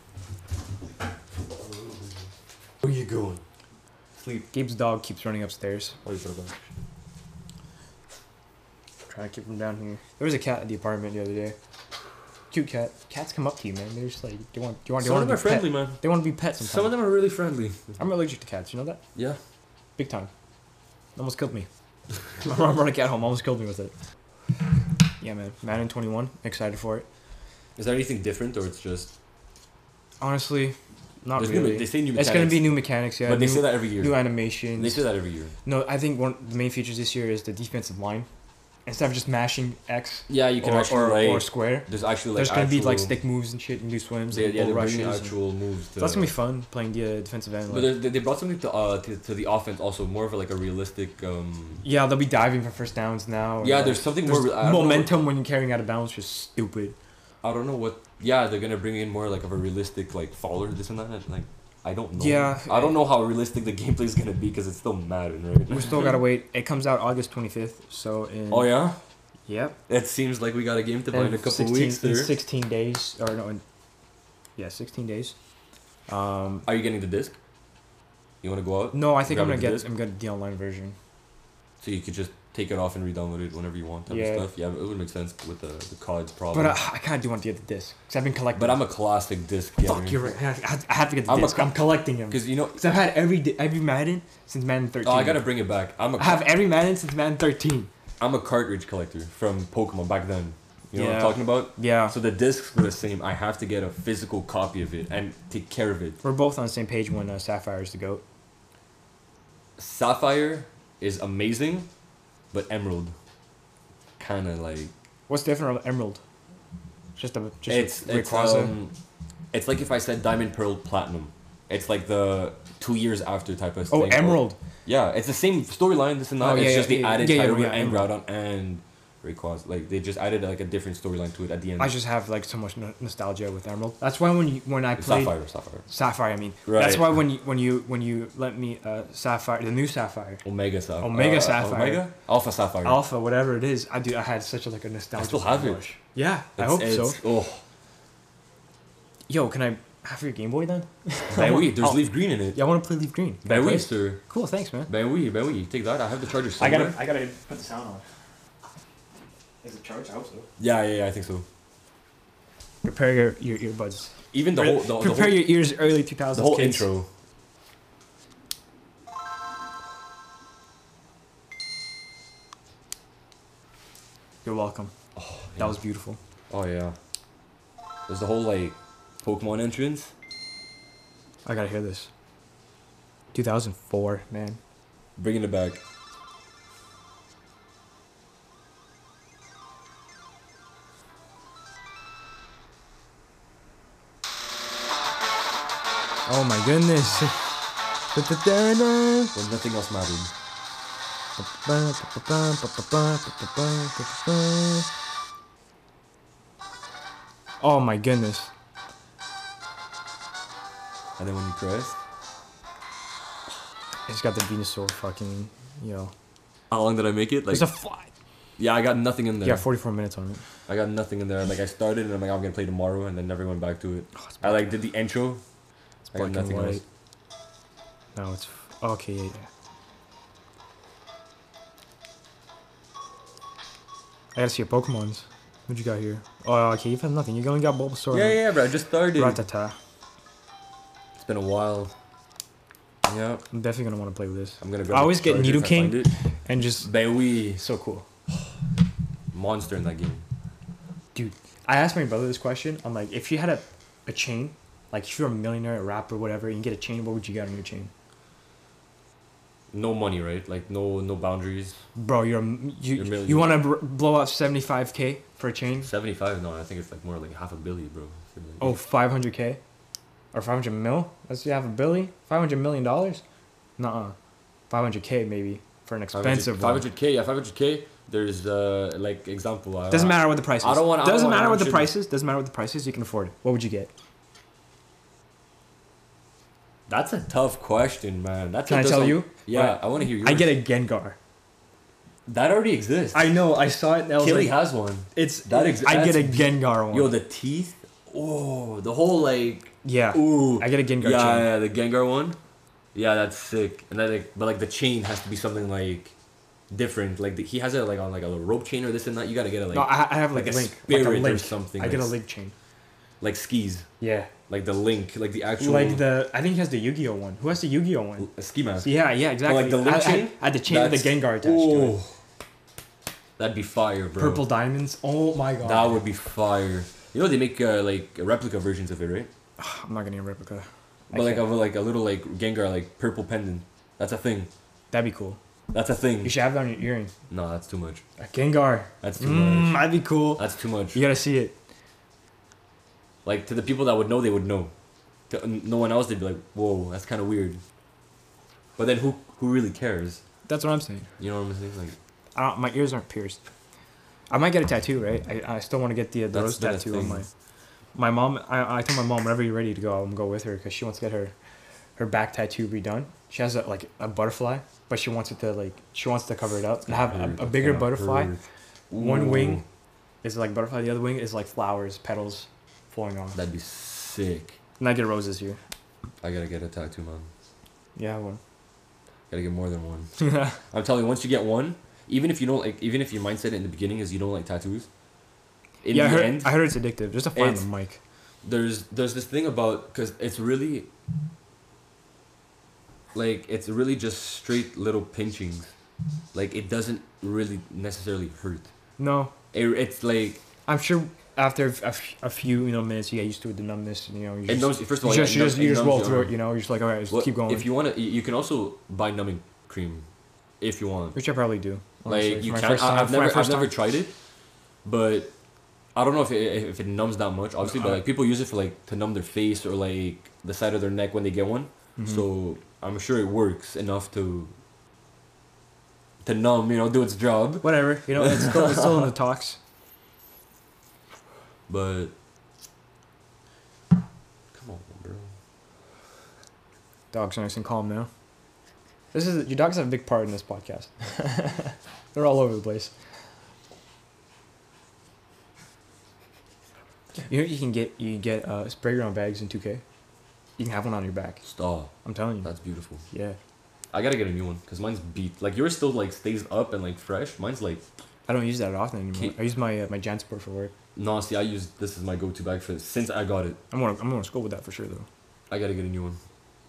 Speaker 2: Where you going? Sleep.
Speaker 1: Gabe's dog keeps running upstairs,
Speaker 2: Oh, you put it back.
Speaker 1: trying to keep him down here. There was a cat at the apartment the other day. Cute cat. Cats come up to you, man. They're just like, do you want, do you want, do you
Speaker 2: Some of
Speaker 1: want
Speaker 2: them
Speaker 1: to
Speaker 2: are
Speaker 1: be pet?
Speaker 2: friendly, man.
Speaker 1: They want to be pets sometimes.
Speaker 2: Some of them are really friendly.
Speaker 1: I'm allergic to cats. You know that?
Speaker 2: Yeah.
Speaker 1: Big time. Almost killed me. My mom brought a cat home. Almost killed me with it. Yeah, man. Madden 21. Excited for it.
Speaker 2: Is there anything different, or it's just.
Speaker 1: Honestly, not
Speaker 2: There's new,
Speaker 1: really.
Speaker 2: me- they say new mechanics.
Speaker 1: it's gonna be new mechanics, yeah.
Speaker 2: But they
Speaker 1: new-
Speaker 2: say that every year.
Speaker 1: New animations.
Speaker 2: They say that every year.
Speaker 1: No, I think one of the main features this year is the defensive line. instead of just mashing X.
Speaker 2: Yeah, you can
Speaker 1: or,
Speaker 2: actually
Speaker 1: or,
Speaker 2: like,
Speaker 1: or square.
Speaker 2: There's actually like
Speaker 1: There's gonna be like
Speaker 2: actual-
Speaker 1: stick moves and shit and do swims.
Speaker 2: They,
Speaker 1: and
Speaker 2: yeah,
Speaker 1: bull
Speaker 2: they're bringing
Speaker 1: rushes and-
Speaker 2: actual moves. To,
Speaker 1: So that's gonna be fun playing the uh, defensive end.
Speaker 2: But
Speaker 1: like-
Speaker 2: they- they, they brought something to uh to, to the offense also more of a, like a realistic um.
Speaker 1: yeah, they'll be diving for first downs now. or,
Speaker 2: Yeah,
Speaker 1: like,
Speaker 2: there's something
Speaker 1: there's
Speaker 2: more- I don't know what-
Speaker 1: momentum when you're carrying out of bounds, just stupid.
Speaker 2: I don't know what. Yeah, they're gonna bring in more like of a realistic like follower this and that. Like I don't know.
Speaker 1: Yeah.
Speaker 2: I don't know how realistic the gameplay is gonna be because it's still Madden, right?
Speaker 1: We still gotta wait. It comes out August 25th, so in
Speaker 2: Oh yeah.
Speaker 1: yep,
Speaker 2: It seems like we got a game to play in a couple
Speaker 1: 16,
Speaker 2: weeks. There.
Speaker 1: in 16 days or no, in, yeah, 16 days. Um,
Speaker 2: Are you getting the disc? You wanna go out?
Speaker 1: no, I think I'm
Speaker 2: Grab
Speaker 1: gonna get
Speaker 2: it disc?
Speaker 1: I'm gonna get the online version.
Speaker 2: So you could just take it off and re-download it whenever you want. Type
Speaker 1: Yeah.
Speaker 2: of stuff. Yeah, it would make sense with the the COD's problem.
Speaker 1: But uh, I kind of do want to get the disc because I've been collecting.
Speaker 2: But I'm a classic disc gamer.
Speaker 1: fuck. You're right. I have, I have to get the
Speaker 2: I'm a
Speaker 1: disc.
Speaker 2: co-
Speaker 1: I'm collecting them
Speaker 2: Because you know,
Speaker 1: because I've had every di- every Madden since Madden 13.
Speaker 2: oh, I gotta bring it back. I'm a
Speaker 1: I have every Madden since Madden 13.
Speaker 2: am a cartridge collector from Pokemon back then. You know what
Speaker 1: Yeah.
Speaker 2: I'm talking about?
Speaker 1: Yeah.
Speaker 2: So the discs were the same. I have to get a physical copy of it and take care of it.
Speaker 1: We're both on the same page when uh, Sapphire is the goat.
Speaker 2: Sapphire is amazing, but Emerald, kind of like
Speaker 1: What's different about Emerald? Just a just
Speaker 2: it's
Speaker 1: a
Speaker 2: it's
Speaker 1: Rayquaza?
Speaker 2: um, it's like if I said Diamond, Pearl, Platinum. It's like the two years after type of
Speaker 1: oh
Speaker 2: thing.
Speaker 1: Emerald.
Speaker 2: Yeah, it's the same storyline. This and that.
Speaker 1: Oh, yeah,
Speaker 2: it's
Speaker 1: yeah,
Speaker 2: just they
Speaker 1: yeah,
Speaker 2: added
Speaker 1: yeah, yeah,
Speaker 2: Tyron
Speaker 1: yeah,
Speaker 2: and
Speaker 1: Emerald.
Speaker 2: Groudon and Rayquaza. Like they just added like a different storyline to it at the end.
Speaker 1: I just have like so much no- nostalgia with Emerald. That's why when you, when I played
Speaker 2: Sapphire, Sapphire,
Speaker 1: Sapphire, I mean,
Speaker 2: Right.
Speaker 1: that's why when you when you when you let me uh, Sapphire, the new Sapphire,
Speaker 2: Omega Sapphire, Uh,
Speaker 1: Omega Sapphire.
Speaker 2: Omega Alpha Sapphire.
Speaker 1: Alpha, whatever it is, I do. I had such a, like a nostalgia.
Speaker 2: I still have it.
Speaker 1: rush. Yeah, I
Speaker 2: It's-
Speaker 1: hope so.
Speaker 2: it's- Oh,
Speaker 1: Yo, can I have your Game Boy then?
Speaker 2: ben oui, there's
Speaker 1: Oh.
Speaker 2: leaf green in it.
Speaker 1: Yeah, I want to play Leaf Green. Can I
Speaker 2: Ben
Speaker 1: play
Speaker 2: oui,
Speaker 1: it?
Speaker 2: sir.
Speaker 1: Cool, thanks, man.
Speaker 2: Ben oui, ben oui. Take that. I have the charger
Speaker 1: I
Speaker 2: somewhere.
Speaker 1: gotta I gotta put the sound on. Is it charged? I hope so.
Speaker 2: Yeah, yeah, yeah. I think so.
Speaker 1: Prepare your, your earbuds.
Speaker 2: Even the whole, the, the
Speaker 1: Prepare
Speaker 2: whole,
Speaker 1: your ears, early 2000s.
Speaker 2: the whole
Speaker 1: kids.
Speaker 2: intro.
Speaker 1: You're welcome.
Speaker 2: yeah.
Speaker 1: That was beautiful.
Speaker 2: Oh yeah. There's the whole like Pokemon entrance.
Speaker 1: I gotta hear this. 2004, man.
Speaker 2: Bringing it back.
Speaker 1: Oh my goodness. Da-da-da-da.
Speaker 2: When nothing else mattered.
Speaker 1: Ba-ba, ba-ba-ba, ba-ba-ba, ba-ba-ba, ba-ba-ba. Oh my goodness.
Speaker 2: And then when you pressed.
Speaker 1: It's got the Venusaur fucking, yo.
Speaker 2: How long did I make it? Like
Speaker 1: There's a fly.
Speaker 2: yeah, I got nothing in there.
Speaker 1: Yeah, 44 minutes on it.
Speaker 2: I got nothing in there. Like I started and I'm like I'm gonna play tomorrow and then never went back to it.
Speaker 1: Oh, it's
Speaker 2: I like did the intro. I got
Speaker 1: black and
Speaker 2: nothing
Speaker 1: white.
Speaker 2: else.
Speaker 1: No, it's. f- Okay, yeah, yeah. I gotta see your Pokemons. What you got here? Oh, okay, you've had nothing. You only got Bulbasaur.
Speaker 2: Yeah,
Speaker 1: and
Speaker 2: yeah, bro. I just started.
Speaker 1: Rattata.
Speaker 2: It's been a while. Yeah,
Speaker 1: I'm definitely gonna wanna play with this.
Speaker 2: I'm gonna go.
Speaker 1: I always get Nidoking and just.
Speaker 2: Ben oui,
Speaker 1: So cool.
Speaker 2: monster in that game.
Speaker 1: Dude, I asked my brother this question. I'm like, if you had a, a chain, like if you're a millionaire, a rapper, whatever, and you get a chain, what would you get on your chain?
Speaker 2: No money, right? Like no, no boundaries.
Speaker 1: Bro, you're a m- you
Speaker 2: You're a
Speaker 1: you,
Speaker 2: millionaire.
Speaker 1: want to br- blow out 75k for a chain?
Speaker 2: Seventy-five? No, I think it's like more like half a billion, bro. Something like-
Speaker 1: Oh, 500k or 500 mil? That's you have a billy, 500 million dollars? Nuh-uh. 500k maybe for an expensive
Speaker 2: Five
Speaker 1: one.
Speaker 2: hundred k, yeah, five hundred k. There's uh, like example. I-
Speaker 1: Doesn't
Speaker 2: I-
Speaker 1: matter what the price is.
Speaker 2: I don't want- I don't
Speaker 1: Doesn't
Speaker 2: want
Speaker 1: matter what the
Speaker 2: option.
Speaker 1: price is. Doesn't matter what the price is. You can afford it. What would you get?
Speaker 2: That's a tough question, man. That's
Speaker 1: Can
Speaker 2: a-
Speaker 1: I
Speaker 2: that's
Speaker 1: tell
Speaker 2: a-
Speaker 1: you?
Speaker 2: Yeah,
Speaker 1: Right.
Speaker 2: I want to hear you.
Speaker 1: I get a Gengar.
Speaker 2: That already exists.
Speaker 1: I know. I saw it. And I was
Speaker 2: Killy
Speaker 1: like,
Speaker 2: has one.
Speaker 1: it's
Speaker 2: That ex-
Speaker 1: I get a
Speaker 2: that's-
Speaker 1: Gengar one.
Speaker 2: Yo, the teeth. Oh, the whole like.
Speaker 1: yeah.
Speaker 2: Ooh.
Speaker 1: I get a Gengar
Speaker 2: Yeah,
Speaker 1: chain.
Speaker 2: yeah, the Gengar one. Yeah, that's sick. And then like, but like the chain has to be something like different. Like the, he has it like on like a rope chain or this and that. You gotta get it like
Speaker 1: no, I, I have like,
Speaker 2: like a
Speaker 1: a link, like a
Speaker 2: spirit or
Speaker 1: link.
Speaker 2: something,
Speaker 1: I get a
Speaker 2: like-
Speaker 1: link chain.
Speaker 2: like skis,
Speaker 1: Yeah.
Speaker 2: like the link, like the actual
Speaker 1: Like the I think he has the Yu-Gi-Oh one. Who has the Yu-Gi-Oh one?
Speaker 2: a ski mask.
Speaker 1: Yeah, yeah, exactly.
Speaker 2: Like the link
Speaker 1: I, I-
Speaker 2: chain?
Speaker 1: I, had the chain with the
Speaker 2: That's-
Speaker 1: Gengar attached to it.
Speaker 2: Ooh. That'd be fire, bro.
Speaker 1: Purple diamonds. Oh my god.
Speaker 2: That would be fire. You know they make uh, like replica versions of it, right?
Speaker 1: I'm not getting a replica.
Speaker 2: But like of a, like a little like Gengar like purple pendant. That's a thing.
Speaker 1: That'd be cool.
Speaker 2: That's a thing.
Speaker 1: You should have it on your earring.
Speaker 2: No, that's too much.
Speaker 1: A Gengar.
Speaker 2: That's too
Speaker 1: Mm,
Speaker 2: much.
Speaker 1: that'd be cool.
Speaker 2: That's too much.
Speaker 1: You gotta see it.
Speaker 2: Like to the people that would know, they would know. To n- no one else, they'd be like, "Whoa, that's kind of weird." But then who who really cares?
Speaker 1: That's what I'm saying.
Speaker 2: You know what I'm saying? Like
Speaker 1: I don't, my ears aren't pierced. I might get a tattoo, right? I, I still want to get the, uh, the
Speaker 2: That's
Speaker 1: rose
Speaker 2: been a
Speaker 1: tattoo on
Speaker 2: thing.
Speaker 1: my. My mom, I, I told my mom whenever you're ready to go, I'm gonna go with her because she wants to get her, her back tattoo redone. She has a, like a butterfly, but she wants it to like she wants to cover it up and have
Speaker 2: hurt,
Speaker 1: a, a
Speaker 2: that's
Speaker 1: bigger
Speaker 2: gonna
Speaker 1: butterfly.
Speaker 2: hurt.
Speaker 1: One wing
Speaker 2: Ooh.
Speaker 1: is like butterfly, the other wing is like flowers, petals, flowing on.
Speaker 2: That'd be sick.
Speaker 1: And I get roses here.
Speaker 2: I gotta get a tattoo, man.
Speaker 1: Yeah, one.
Speaker 2: Gotta get more than one. I'm telling you, once you get one, even if you don't like, even if your mindset in the beginning is you don't like tattoos, in
Speaker 1: yeah, I
Speaker 2: the
Speaker 1: heard,
Speaker 2: end,
Speaker 1: I heard it's addictive. Just to find
Speaker 2: it's-
Speaker 1: the mic.
Speaker 2: there's there's this thing about because it's really like it's really just straight little pinchings like it doesn't really necessarily hurt
Speaker 1: No,
Speaker 2: it, it's like
Speaker 1: I'm sure after a, f- a few you know minutes you get used to the numbness and you know you
Speaker 2: it
Speaker 1: just,
Speaker 2: numbs first of
Speaker 1: you
Speaker 2: all
Speaker 1: just,
Speaker 2: yeah,
Speaker 1: you
Speaker 2: it
Speaker 1: just,
Speaker 2: numbs-
Speaker 1: you
Speaker 2: it
Speaker 1: just
Speaker 2: numbs
Speaker 1: roll
Speaker 2: your
Speaker 1: through it
Speaker 2: arm.
Speaker 1: you know you're just like all right just
Speaker 2: Well,
Speaker 1: keep going
Speaker 2: if you want to you can also buy numbing cream if you want
Speaker 1: which I probably do honestly,
Speaker 2: like
Speaker 1: for
Speaker 2: you
Speaker 1: my
Speaker 2: can
Speaker 1: first
Speaker 2: I,
Speaker 1: time-
Speaker 2: I've
Speaker 1: for my
Speaker 2: never I've
Speaker 1: first
Speaker 2: never
Speaker 1: time.
Speaker 2: tried it but I don't know if it, if it numbs that much obviously
Speaker 1: Uh-huh.
Speaker 2: but like people use it for like to numb their face or like the side of their neck when they get one
Speaker 1: Mm-hmm.
Speaker 2: so I'm sure it works enough to to numb you know do its job
Speaker 1: whatever you know it's still, it's still in the talks
Speaker 2: but come on bro
Speaker 1: dogs are nice and calm now this is your dogs have a big part in this podcast they're all over the place you know you can get you get uh, spray ground bags in 2K you can have one on your back
Speaker 2: stop
Speaker 1: I'm telling you
Speaker 2: that's beautiful
Speaker 1: yeah
Speaker 2: I gotta get a new one because mine's beat like yours still like stays up and like fresh mine's like
Speaker 1: I don't use that often anymore
Speaker 2: Keep-
Speaker 1: I use my uh, my Jansport for work
Speaker 2: no see I use this is my go to bag for since I got it
Speaker 1: I'm gonna I'm gonna school with that for sure though.
Speaker 2: I gotta get a new one.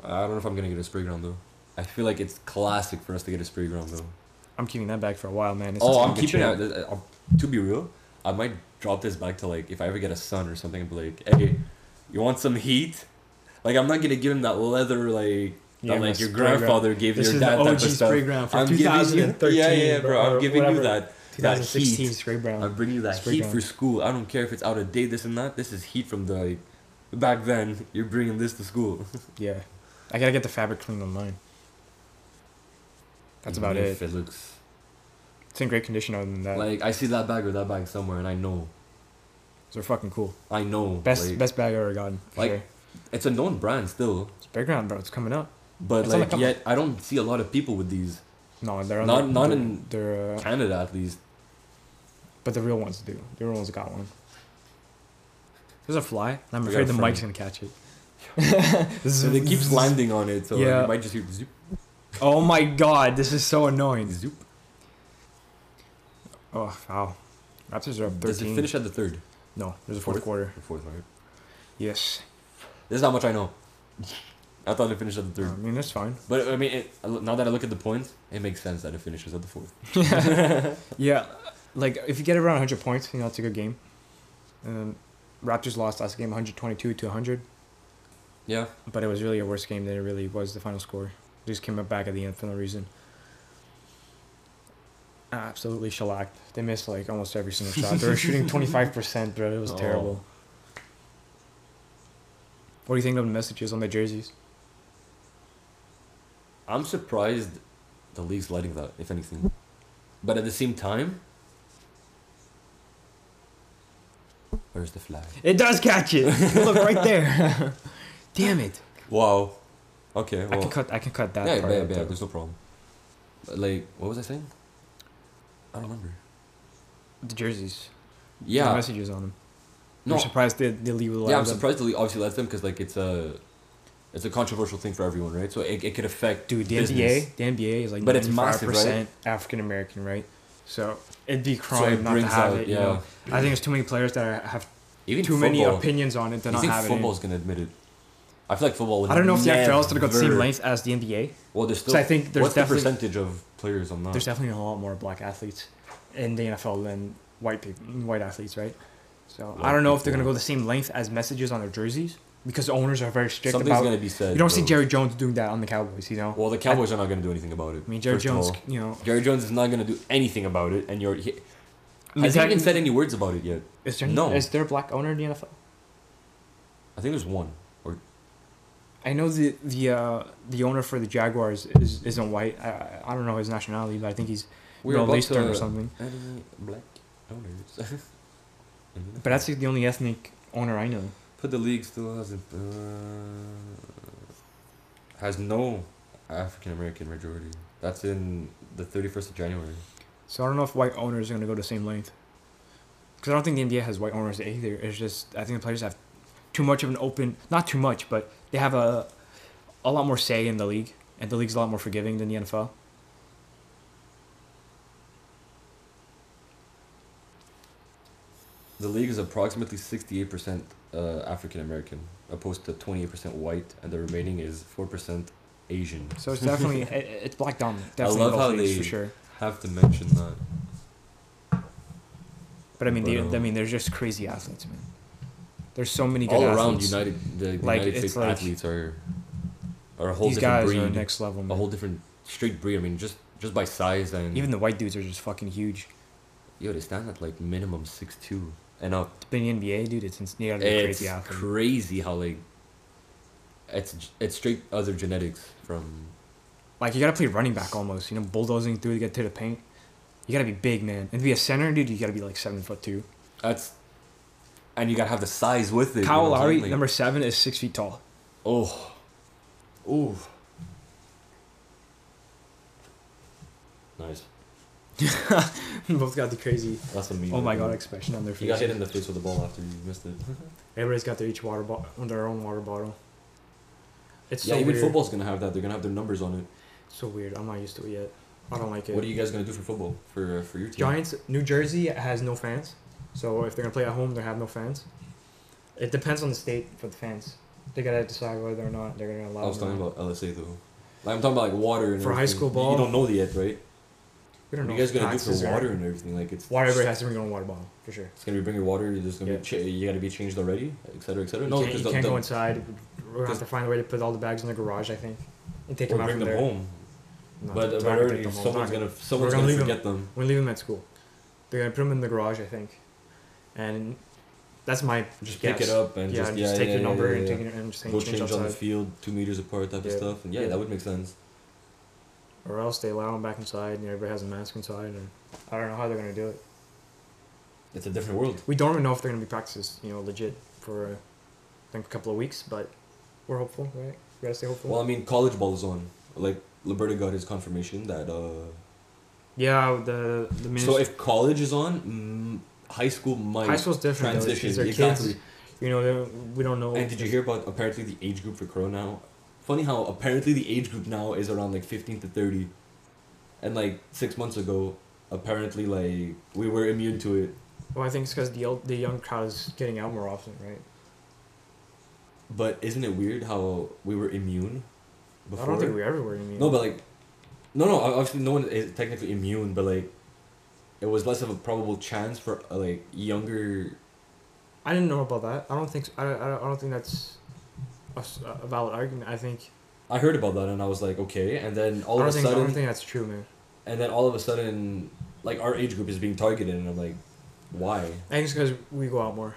Speaker 2: I don't know if I'm gonna get a spray ground though. I feel like it's classic for us to get a spray ground though.
Speaker 1: I'm keeping that back for a while, man. It's
Speaker 2: oh,
Speaker 1: just
Speaker 2: I'm
Speaker 1: gonna
Speaker 2: keeping
Speaker 1: get
Speaker 2: it. uh, I'll- To be real, I might drop this back to like if I ever get a son or something. I'd be like, hey, you want some heat? Like I'm not gonna give him that leather like.
Speaker 1: Yeah,
Speaker 2: that,
Speaker 1: my
Speaker 2: like your
Speaker 1: spray ground.
Speaker 2: grandfather gave
Speaker 1: This
Speaker 2: your
Speaker 1: is the
Speaker 2: dad type of
Speaker 1: OG
Speaker 2: stuff.
Speaker 1: spray ground for
Speaker 2: I'm giving you-
Speaker 1: 2013,
Speaker 2: yeah, yeah, bro.
Speaker 1: bro,
Speaker 2: I'm
Speaker 1: or
Speaker 2: giving
Speaker 1: whatever.
Speaker 2: you that, that
Speaker 1: 2016
Speaker 2: heat.
Speaker 1: spray ground.
Speaker 2: I'm bringing you that
Speaker 1: Spray
Speaker 2: heat
Speaker 1: ground.
Speaker 2: for school. I don't care if it's out of date, this and that. This is heat from the like, back then. You're bringing this to school.
Speaker 1: Yeah, I gotta get the fabric clean on mine. That's
Speaker 2: Even
Speaker 1: about
Speaker 2: if
Speaker 1: it.
Speaker 2: It looks
Speaker 1: It's in great condition other than that.
Speaker 2: Like I see that bag or that bag somewhere, and I know,
Speaker 1: They're fucking cool.
Speaker 2: I know.
Speaker 1: Best
Speaker 2: like,
Speaker 1: best bag I ever gotten. for
Speaker 2: like,
Speaker 1: sure.
Speaker 2: it's a known brand still,
Speaker 1: spray ground, bro. It's coming up.
Speaker 2: but
Speaker 1: It's on the
Speaker 2: like
Speaker 1: cover.
Speaker 2: yet I don't see a lot of people with these
Speaker 1: No, they're on
Speaker 2: Not-
Speaker 1: the-
Speaker 2: not
Speaker 1: they're,
Speaker 2: in-
Speaker 1: They're uh,
Speaker 2: Canada at least.
Speaker 1: but the real ones do. The real ones got one. There's a fly, and I'm
Speaker 2: We
Speaker 1: afraid
Speaker 2: got
Speaker 1: the
Speaker 2: a friend.
Speaker 1: mic's gonna catch it.
Speaker 2: So it keeps landing on it, so
Speaker 1: Yeah.
Speaker 2: you might just hear zoop,
Speaker 1: Oh my god, this is so annoying.
Speaker 2: zoop.
Speaker 1: Oh wow, Raptors are up 13.
Speaker 2: Does it finish at the third?
Speaker 1: No, there's a fourth,
Speaker 2: Fourth?
Speaker 1: quarter.
Speaker 2: The fourth, right?
Speaker 1: Yes,
Speaker 2: This is how much I know. I thought it finished at the
Speaker 1: I
Speaker 2: third,
Speaker 1: mean that's fine.
Speaker 2: but I mean, it, now that I look at the points, it makes sense that it finishes at the fourth.
Speaker 1: Yeah, like if you get around 100 points, you know it's a good game. Um, Raptors lost last game 122 to 100,
Speaker 2: Yeah,
Speaker 1: but it was really a worse game than it really was. The final score They just came up back at the end for no reason. Absolutely shellacked. They missed like almost every single shot. They were shooting 25%, bro. It was
Speaker 2: Oh.
Speaker 1: terrible. What do you think of the messages on the jerseys?
Speaker 2: I'm surprised the league's letting that, if anything. But at the same time, where's the flag?
Speaker 1: It does catch it. Look right there. Damn it.
Speaker 2: Wow. Okay.
Speaker 1: I
Speaker 2: Well,
Speaker 1: can cut. I can cut that
Speaker 2: Oh. yeah, yeah,
Speaker 1: part.
Speaker 2: yeah,
Speaker 1: out,
Speaker 2: yeah,
Speaker 1: though.
Speaker 2: There's no problem. But, Like, what was I saying? I don't remember.
Speaker 1: The jerseys. Yeah.
Speaker 2: Yeah.
Speaker 1: messages on them.
Speaker 2: No.
Speaker 1: You're surprised they they leave a
Speaker 2: Yeah, I'm surprised the league obviously lets them because like it's a, it's a controversial thing for everyone, right? So it, it could affect
Speaker 1: Dude, the
Speaker 2: business.
Speaker 1: NBA, the NBA is like
Speaker 2: But it's massive, right?
Speaker 1: 95% African American, right? So it'd be crime
Speaker 2: it
Speaker 1: not to
Speaker 2: brings
Speaker 1: have
Speaker 2: out-
Speaker 1: it. You
Speaker 2: yeah.
Speaker 1: know, I think there's too many players that are, have
Speaker 2: Even
Speaker 1: too
Speaker 2: football.
Speaker 1: many opinions on it to
Speaker 2: You
Speaker 1: not
Speaker 2: think
Speaker 1: have it. in.
Speaker 2: football's gonna admit it? I feel like football. Would
Speaker 1: I don't know if the NFL is gonna go the same
Speaker 2: never-
Speaker 1: length as the NBA.
Speaker 2: Well, there's still.
Speaker 1: So I think there's
Speaker 2: what's the
Speaker 1: definitely-
Speaker 2: percentage of players on that?
Speaker 1: There's definitely a lot more black athletes in the NFL than white people, white athletes, right? So I
Speaker 2: White
Speaker 1: don't know if they're
Speaker 2: people.
Speaker 1: gonna go the same length as messages on their jerseys, because owners are very strict
Speaker 2: Something's
Speaker 1: about.
Speaker 2: gonna be said,
Speaker 1: You don't see
Speaker 2: bro.
Speaker 1: Jerry Jones doing that on the Cowboys, you know.
Speaker 2: Well, the Cowboys are not going to do anything about it.
Speaker 1: I mean, Jerry
Speaker 2: first of
Speaker 1: Jones,
Speaker 2: all.
Speaker 1: you know,
Speaker 2: Jerry Jones is not going to do anything about it, and you're. He,
Speaker 1: mean,
Speaker 2: has he even
Speaker 1: technically-
Speaker 2: said any words about it yet?
Speaker 1: is there
Speaker 2: no?
Speaker 1: Is there a black owner in the NFL?
Speaker 2: I think there's one. Or
Speaker 1: I know the the uh, the owner for the Jaguars is isn't white. I I- I don't know his nationality, but I think he's Middle Eastern
Speaker 2: uh,
Speaker 1: or something.
Speaker 2: Any black owners?
Speaker 1: But that's like, the only ethnic owner I know.
Speaker 2: But the league still has a, uh, has no African American majority. That's in the thirty first of January.
Speaker 1: So I don't know if white owners are gonna go the same length. Because I don't think the NBA has white owners either. It's just I think the players have too much of an open, not too much, but they have a a lot more say in the league, and the league's a lot more forgiving than the NFL.
Speaker 2: The league is approximately sixty eight percent African American, opposed to twenty eight percent white, and the remaining is four percent Asian.
Speaker 1: So it's definitely it, it's black dominant. Definitely
Speaker 2: love
Speaker 1: both
Speaker 2: how
Speaker 1: leagues
Speaker 2: they-
Speaker 1: for sure.
Speaker 2: Have to mention that.
Speaker 1: But I mean, they,
Speaker 2: But, uh,
Speaker 1: I mean, they're just crazy athletes, man. There's so many good
Speaker 2: all around
Speaker 1: athletes.
Speaker 2: United, the
Speaker 1: Like,
Speaker 2: United
Speaker 1: it's
Speaker 2: States
Speaker 1: like-
Speaker 2: athletes are are a whole
Speaker 1: These
Speaker 2: different
Speaker 1: guys
Speaker 2: breed,
Speaker 1: are next level,
Speaker 2: a
Speaker 1: man.
Speaker 2: whole different straight breed. I mean, just just by size and
Speaker 1: Even the white dudes are just fucking huge.
Speaker 2: yo, they stand at like minimum six two and up.
Speaker 1: But in the NBA, dude, it's ins- you gotta be a
Speaker 2: It's
Speaker 1: crazy
Speaker 2: crazy,
Speaker 1: athlete.
Speaker 2: how like it's g- it's straight other genetics from
Speaker 1: like you gotta play running back almost, you know, bulldozing through to get to the paint. You gotta be big, man, and to be a center, dude, you gotta be like seven foot two.
Speaker 2: that's, and you gotta have the size with it. you
Speaker 1: Kyle
Speaker 2: know what I'm
Speaker 1: Lowry,
Speaker 2: saying? Like,
Speaker 1: number seven, is six feet tall.
Speaker 2: oh, ooh, nice.
Speaker 1: Both got the crazy,
Speaker 2: That's a mean.
Speaker 1: oh my god, expression on their
Speaker 2: He
Speaker 1: face.
Speaker 2: got hit in the face with the ball after you missed it.
Speaker 1: Everybody's got their each water bottle, their own water bottle. It's
Speaker 2: yeah,
Speaker 1: so
Speaker 2: even
Speaker 1: weird.
Speaker 2: football's gonna have that. They're gonna have their numbers on it.
Speaker 1: So weird. I'm not used to it yet. I don't like it.
Speaker 2: What are you guys gonna do for football for uh, for your team?
Speaker 1: Giants, New Jersey has no fans. So if they're gonna play at home, they have no fans. It depends on the state for the fans. They gotta decide whether or not they're gonna allow.
Speaker 2: I was
Speaker 1: them or
Speaker 2: talking
Speaker 1: not.
Speaker 2: about LSA though. Like I'm talking about like water and
Speaker 1: For high
Speaker 2: everything.
Speaker 1: school
Speaker 2: You-
Speaker 1: ball?
Speaker 2: You don't know the yet, right?
Speaker 1: We don't know
Speaker 2: What are you guys
Speaker 1: if
Speaker 2: gonna do
Speaker 1: taxes
Speaker 2: for
Speaker 1: are-
Speaker 2: water and everything? Like it's
Speaker 1: Water everybody has to bring their own water bottle for sure.
Speaker 2: It's gonna be bring your water. There's gonna
Speaker 1: Yeah.
Speaker 2: be cha- you gotta be changed already, et cetera, et cetera.
Speaker 1: You
Speaker 2: No,
Speaker 1: can't,
Speaker 2: because
Speaker 1: you
Speaker 2: the-
Speaker 1: can't
Speaker 2: the-
Speaker 1: go inside. We're gonna have
Speaker 2: because-
Speaker 1: to find a way to put all the bags in the garage, I think, and take
Speaker 2: or
Speaker 1: them out
Speaker 2: bring
Speaker 1: from
Speaker 2: them
Speaker 1: there.
Speaker 2: home.
Speaker 1: No,
Speaker 2: but
Speaker 1: we're
Speaker 2: but
Speaker 1: not gonna
Speaker 2: already
Speaker 1: take them home.
Speaker 2: someone's
Speaker 1: We're not
Speaker 2: gonna someone's
Speaker 1: gonna
Speaker 2: gonna,
Speaker 1: leave 'em.
Speaker 2: forget them.
Speaker 1: We're gonna leave them at school. They're gonna put them in the garage, I think, and that's my
Speaker 2: Just
Speaker 1: guess.
Speaker 2: pick it up and
Speaker 1: yeah,
Speaker 2: just,
Speaker 1: and
Speaker 2: yeah,
Speaker 1: just take
Speaker 2: yeah,
Speaker 1: your
Speaker 2: yeah,
Speaker 1: number
Speaker 2: yeah,
Speaker 1: and
Speaker 2: yeah.
Speaker 1: take it and just
Speaker 2: Go
Speaker 1: change
Speaker 2: change
Speaker 1: outside.
Speaker 2: on the field, two meters apart, type
Speaker 1: Yeah.
Speaker 2: of stuff. And yeah,
Speaker 1: Yeah.
Speaker 2: that would make sense.
Speaker 1: or else they allow them back inside and everybody has a mask inside and I don't know how they're gonna do it.
Speaker 2: It's a different world.
Speaker 1: We don't even know if they're gonna be practices, you know, legit for uh, I think a couple of weeks, but we're hopeful, right? We gotta stay hopeful.
Speaker 2: Well, I mean, college ball is on. Like Liberta got his confirmation that. uh
Speaker 1: yeah, the the minist-
Speaker 2: So if college is on, mm, high school might
Speaker 1: high school's different though,
Speaker 2: transition
Speaker 1: because they're
Speaker 2: exactly.
Speaker 1: kids. You know, they're- we don't know.
Speaker 2: And did you hear about apparently the age group for Corona? now? Funny how apparently the age group now is around like 15 to 30. And like six months ago, apparently like we were immune to it.
Speaker 1: Well, I think it's because the el- the young crowd is getting out more often, right?
Speaker 2: But isn't it weird how we were immune before?
Speaker 1: I don't think we ever were. I mean,
Speaker 2: No, but like, no, no, ob- obviously no one is technically immune, but like, it was less of a probable chance for uh, like younger.
Speaker 1: I didn't know about that. I don't think so. I, I, I don't think that's a, s- a valid argument. I think
Speaker 2: I heard about that and I was like, okay. And then all
Speaker 1: I don't
Speaker 2: of a
Speaker 1: think I don't
Speaker 2: sudden,
Speaker 1: think that's true, man.
Speaker 2: and then all of a sudden, like our age group is being targeted, and I'm like,
Speaker 1: I
Speaker 2: why?
Speaker 1: think it's because we go out more.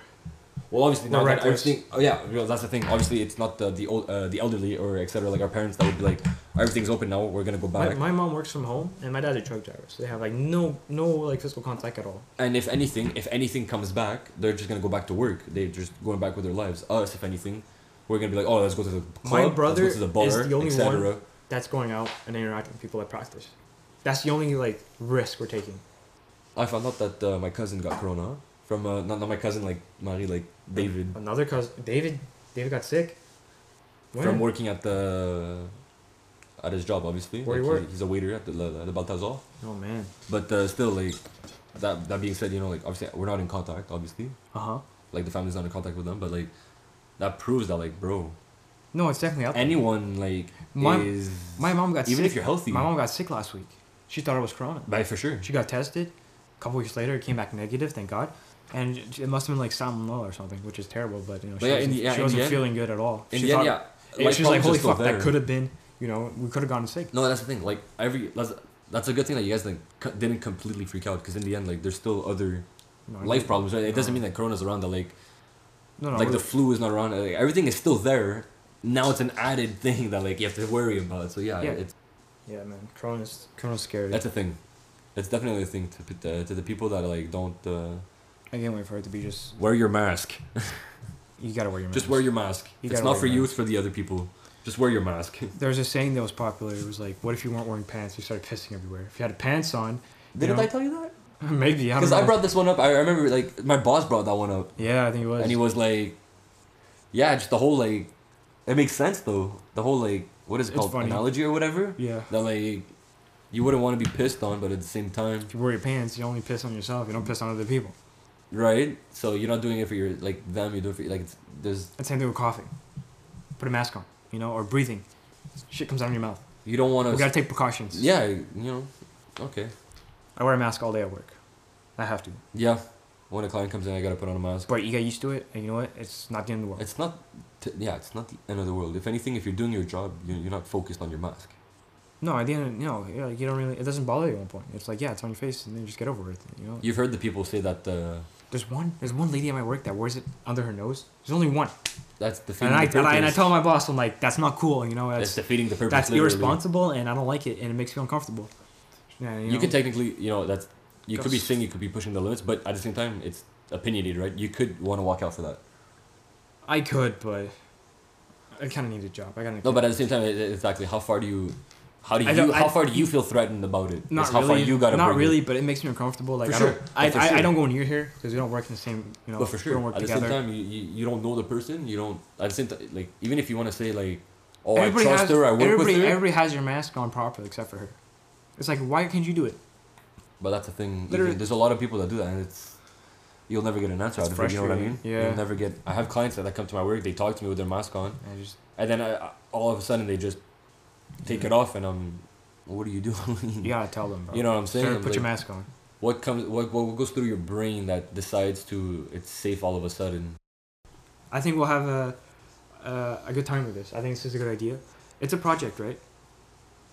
Speaker 2: Well, obviously,
Speaker 1: More
Speaker 2: not that
Speaker 1: reckless.
Speaker 2: everything. Oh yeah, well, that's the thing. Obviously, it's not the the old, uh, the elderly or etc. Like our parents that would be like, everything's open now. We're gonna go
Speaker 1: My,
Speaker 2: back.
Speaker 1: my mom works from home, and my dad's a truck driver, so they have like no no like physical contact at all.
Speaker 2: and if anything, if anything comes back, they're just gonna go back to work. They're just going back with their lives. Us, if anything, we're gonna be like, oh, let's go to the
Speaker 1: My
Speaker 2: club.
Speaker 1: brother
Speaker 2: let's go to the bar,
Speaker 1: is the only
Speaker 2: etc.
Speaker 1: one that's going out and interacting with people at practice. That's the only like risk we're taking.
Speaker 2: I found out that uh, my cousin got corona from uh, not not my cousin like Marie like David
Speaker 1: Another cousin, David. David got sick. When?
Speaker 2: from working at the at his job obviously.
Speaker 1: Where
Speaker 2: like,
Speaker 1: you
Speaker 2: he-
Speaker 1: work?
Speaker 2: He's a waiter at the the, the Baltazar.
Speaker 1: Oh man.
Speaker 2: But uh, still, like that. That being said, you know, like obviously we're not in contact. Obviously,
Speaker 1: Uh huh.
Speaker 2: like the family's not in contact with them. But like that proves that, like, bro,
Speaker 1: No, it's definitely out there.
Speaker 2: anyone like
Speaker 1: My-
Speaker 2: is
Speaker 1: My mom got
Speaker 2: even
Speaker 1: sick.
Speaker 2: if you're healthy.
Speaker 1: My mom got sick last week. She thought it was corona.
Speaker 2: Right, for sure.
Speaker 1: She got tested. A couple weeks later, it came back negative. Thank God. And it must have been like salmonella or something, which is terrible. But you know,
Speaker 2: But
Speaker 1: she,
Speaker 2: yeah, in
Speaker 1: wasn't,
Speaker 2: the- yeah, in
Speaker 1: she
Speaker 2: the
Speaker 1: wasn't
Speaker 2: end-
Speaker 1: feeling good at all.
Speaker 2: in
Speaker 1: she
Speaker 2: the end,
Speaker 1: thought-
Speaker 2: yeah,
Speaker 1: yeah,
Speaker 2: life
Speaker 1: she was like,
Speaker 2: problems are
Speaker 1: "Holy
Speaker 2: still
Speaker 1: fuck,
Speaker 2: better."
Speaker 1: that could have been." You know, we could have gotten sick.
Speaker 2: No, that's the thing. Like every that's that's a good thing that you guys like co- didn't completely freak out because in the end, like there's still other
Speaker 1: No, I
Speaker 2: life
Speaker 1: didn't.
Speaker 2: problems. Right? It doesn't
Speaker 1: No.
Speaker 2: mean that corona's around. That like
Speaker 1: No, no,
Speaker 2: like the
Speaker 1: we're-
Speaker 2: flu is not around. Like, everything is still there. Now it's an added thing that like you have to worry about. So yeah,
Speaker 1: Yeah.
Speaker 2: it's
Speaker 1: yeah, man, Corona's Corona's scary.
Speaker 2: that's a thing. That's definitely a thing to put, uh, to the people that like don't uh,
Speaker 1: I can't wait for it to be just.
Speaker 2: wear your mask.
Speaker 1: You gotta wear your mask.
Speaker 2: Just wear your mask.
Speaker 1: You
Speaker 2: it's
Speaker 1: gotta
Speaker 2: not
Speaker 1: wear
Speaker 2: for
Speaker 1: your
Speaker 2: you.
Speaker 1: mask.
Speaker 2: It's for the other people. Just wear your mask.
Speaker 1: There was a saying that was popular. It was like, "What if you weren't wearing pants? You started pissing everywhere. If you had pants on, you
Speaker 2: Didn't
Speaker 1: know-
Speaker 2: I tell you that?
Speaker 1: maybe I don't
Speaker 2: Because
Speaker 1: know.
Speaker 2: I brought this one up. I remember like my boss brought that one up.
Speaker 1: yeah, I think it was.
Speaker 2: And he was like, yeah, just the whole like, it makes sense though. The whole like, what is it
Speaker 1: It's
Speaker 2: called?
Speaker 1: funny.
Speaker 2: Analogy or whatever?
Speaker 1: Yeah.
Speaker 2: That like, you wouldn't want to be pissed on, but at the same time,
Speaker 1: If you wear your pants, you only piss on yourself. You don't piss on other people.
Speaker 2: right? So you're not doing it for your, like, them, you do it for, like, it's, there's,
Speaker 1: And same thing with coughing. Put a mask on, you know, or breathing. Shit comes out of your mouth.
Speaker 2: you don't want
Speaker 1: We
Speaker 2: to.
Speaker 1: gotta take precautions.
Speaker 2: yeah, you know, okay.
Speaker 1: I wear a mask all day at work. I have to.
Speaker 2: Yeah. When a client comes in, I gotta put on a mask.
Speaker 1: But you get used to it, and you know what? It's not the end of the world.
Speaker 2: It's not, t- yeah, it's not the end of the world. If anything, if you're doing your job, you you're not focused on your mask.
Speaker 1: no, at the end, you know, yeah, like, you don't really. It doesn't bother you at one point. It's like, yeah, it's on your face, and then you just get over it. You know.
Speaker 2: You've heard the people say that uh,
Speaker 1: There's one. There's one lady at my work that wears it under her nose. There's only one.
Speaker 2: that's defeating
Speaker 1: And I,
Speaker 2: the
Speaker 1: and
Speaker 2: purpose.
Speaker 1: I and I tell my boss, I'm like, that's not cool. You know,
Speaker 2: that's
Speaker 1: that's
Speaker 2: defeating the purpose.
Speaker 1: that's
Speaker 2: literally.
Speaker 1: irresponsible, and I don't like it, and it makes me uncomfortable. Yeah,
Speaker 2: you,
Speaker 1: know?
Speaker 2: can technically you know that's you could be
Speaker 1: Gosh.
Speaker 2: saying you could be pushing the limits but at the same time it's opinionated right you could want to walk out for that
Speaker 1: I could, but I kind of need a job. I gotta.
Speaker 2: no but at the same time it, it- exactly how far do you how do
Speaker 1: I don't-
Speaker 2: you how
Speaker 1: I-
Speaker 2: far do you feel threatened about it
Speaker 1: not
Speaker 2: It's how
Speaker 1: really.
Speaker 2: far you gotta
Speaker 1: not
Speaker 2: bring it.
Speaker 1: really, but it makes me uncomfortable. Like
Speaker 2: For
Speaker 1: I
Speaker 2: sure.
Speaker 1: don't, I,
Speaker 2: Oh, for
Speaker 1: I, I
Speaker 2: sure.
Speaker 1: don't go near here because we don't work in the same. You know,
Speaker 2: but for
Speaker 1: we
Speaker 2: sure
Speaker 1: don't work
Speaker 2: at the
Speaker 1: together.
Speaker 2: same time you, you you don't know the person you don't at the same time like even if you want to say like oh
Speaker 1: everybody
Speaker 2: i trust
Speaker 1: has,
Speaker 2: her i work with
Speaker 1: everybody,
Speaker 2: her
Speaker 1: everybody has your mask on properly except for her. It's like why can't you do it?
Speaker 2: but that's the thing
Speaker 1: Literally-
Speaker 2: even- there's a lot of people that do that and it's you'll never get an answer out
Speaker 1: It's
Speaker 2: of it you know what i mean
Speaker 1: frustrating. Yeah.
Speaker 2: you'll never get i have clients that come to my work they talk to me with their mask on
Speaker 1: I just
Speaker 2: and then I, I- all of a sudden they just take it off, and I'm, what are you doing?
Speaker 1: you gotta tell them, bro.
Speaker 2: You know what I'm saying?
Speaker 1: Sir, put your
Speaker 2: Like,
Speaker 1: mask on.
Speaker 2: What comes? What, what goes through your brain that decides to it's safe all of a sudden?
Speaker 1: I think we'll have a uh, a good time with this. I think this is a good idea. It's a project, right?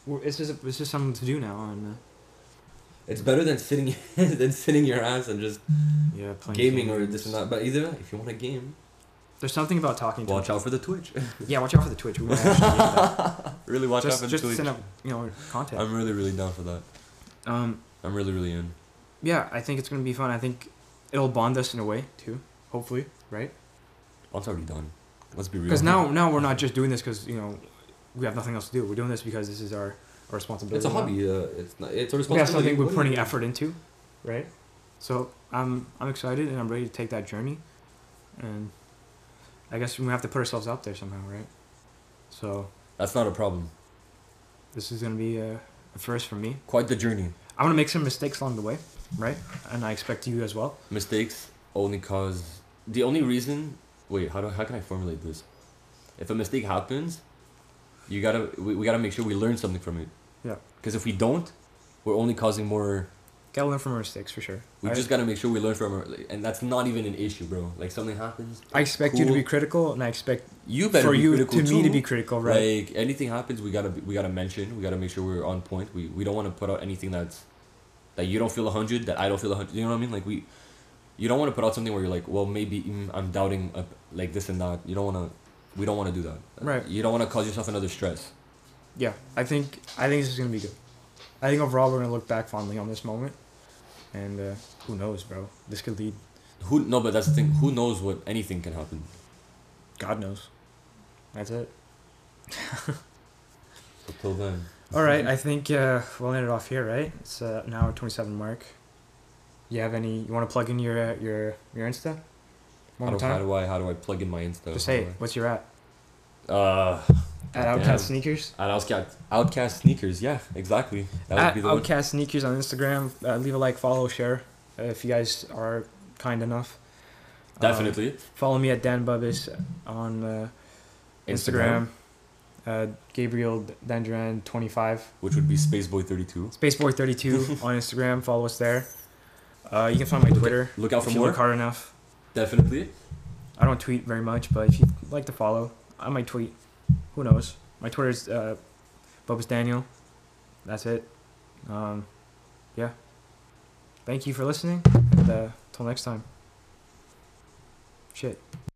Speaker 1: We're, this is this is something to do now, and uh,
Speaker 2: It's better than sitting than sitting your ass and just
Speaker 1: yeah, playing
Speaker 2: gaming or
Speaker 1: games.
Speaker 2: this and that. But either way, if you want to game,
Speaker 1: There's something about talking.
Speaker 2: watch
Speaker 1: to
Speaker 2: out for the Twitch.
Speaker 1: Yeah, watch out for the Twitch. We're gonna actually need that.
Speaker 2: really watch out
Speaker 1: just
Speaker 2: for
Speaker 1: just
Speaker 2: the Twitch.
Speaker 1: send up you know content.
Speaker 2: I'm really really down for that.
Speaker 1: um,
Speaker 2: I'm really really in.
Speaker 1: yeah, I think it's gonna be fun. I think it'll bond us in a way too. Hopefully, right?
Speaker 2: Well, it's already done. Let's be real.
Speaker 1: Because now, now we're not just doing this because you know we have nothing else to do. We're doing this because this is our, our responsibility.
Speaker 2: it's a
Speaker 1: now.
Speaker 2: hobby. Uh, it's not, it's
Speaker 1: We
Speaker 2: a
Speaker 1: have
Speaker 2: responsibility.
Speaker 1: something we're
Speaker 2: What do you-
Speaker 1: putting effort into, right? So I'm I'm excited and I'm ready to take that journey, and I guess we have to put ourselves out there somehow, right? So
Speaker 2: That's not a problem.
Speaker 1: this is gonna be a, a first for me.
Speaker 2: Quite the journey.
Speaker 1: I'm gonna make some mistakes along the way, right? And I expect you as well.
Speaker 2: mistakes only cause the only reason wait how do how can i formulate this if a mistake happens you gotta we, we gotta make sure we learn something from it
Speaker 1: Yeah,
Speaker 2: because if we don't we're only causing more
Speaker 1: gotta learn from our mistakes for sure.
Speaker 2: we
Speaker 1: I-
Speaker 2: just gotta make sure we learn from our like, and that's not even an issue bro like something happens
Speaker 1: I expect you to
Speaker 2: cool.
Speaker 1: be critical, and I expect
Speaker 2: you better
Speaker 1: for
Speaker 2: be
Speaker 1: you
Speaker 2: critical
Speaker 1: to me to
Speaker 2: too.
Speaker 1: be critical, right?
Speaker 2: like anything happens we gotta be, we gotta mention we gotta make sure we're on point we we don't want to put out anything that's that you don't feel 100 that i don't feel 100 you know what i mean like we you don't want to put out something where you're like well maybe mm, i'm doubting uh, like this and that you don't want to we don't want to do that
Speaker 1: Right.
Speaker 2: you don't want to cause yourself another stress
Speaker 1: yeah, I think I think this is gonna be good. I think overall we're gonna look back fondly on this moment, and uh, who knows, bro? This could lead.
Speaker 2: who no but that's the thing who knows what anything can happen
Speaker 1: God knows. That's it.
Speaker 2: so till then
Speaker 1: All right, I think uh, we'll end it off here, right? It's uh, an hour twenty-seven mark. You have any? You want to plug in your uh, your your Insta?
Speaker 2: how
Speaker 1: One more
Speaker 2: do, how
Speaker 1: time.
Speaker 2: do i how do i plug in my insta
Speaker 1: Just
Speaker 2: How
Speaker 1: say
Speaker 2: do
Speaker 1: it. What's your at?
Speaker 2: I- uh
Speaker 1: At
Speaker 2: Damn.
Speaker 1: Outcast Sneakers.
Speaker 2: at outcast outcast sneakers yeah exactly that would
Speaker 1: At
Speaker 2: be the one
Speaker 1: Outcast Sneakers on Instagram. Uh, leave a like, follow, share, uh, if you guys are kind enough. Um,
Speaker 2: definitely
Speaker 1: Follow me at Dan Bubbis on uh,
Speaker 2: Instagram.
Speaker 1: Instagram. Uh, Gabriel Dendran twenty five.
Speaker 2: which would be spaceboy32
Speaker 1: Spaceboy32 on Instagram. Follow us there. Uh, you can find my Twitter.
Speaker 2: Look out for
Speaker 1: if you
Speaker 2: more.
Speaker 1: look hard enough.
Speaker 2: Definitely.
Speaker 1: I don't tweet very much, but if you would like to follow, I might tweet. Who knows? My Twitter is uh, Bubba's Daniel. That's it. Um, yeah. Thank you for listening. And, uh, till next time. Shit.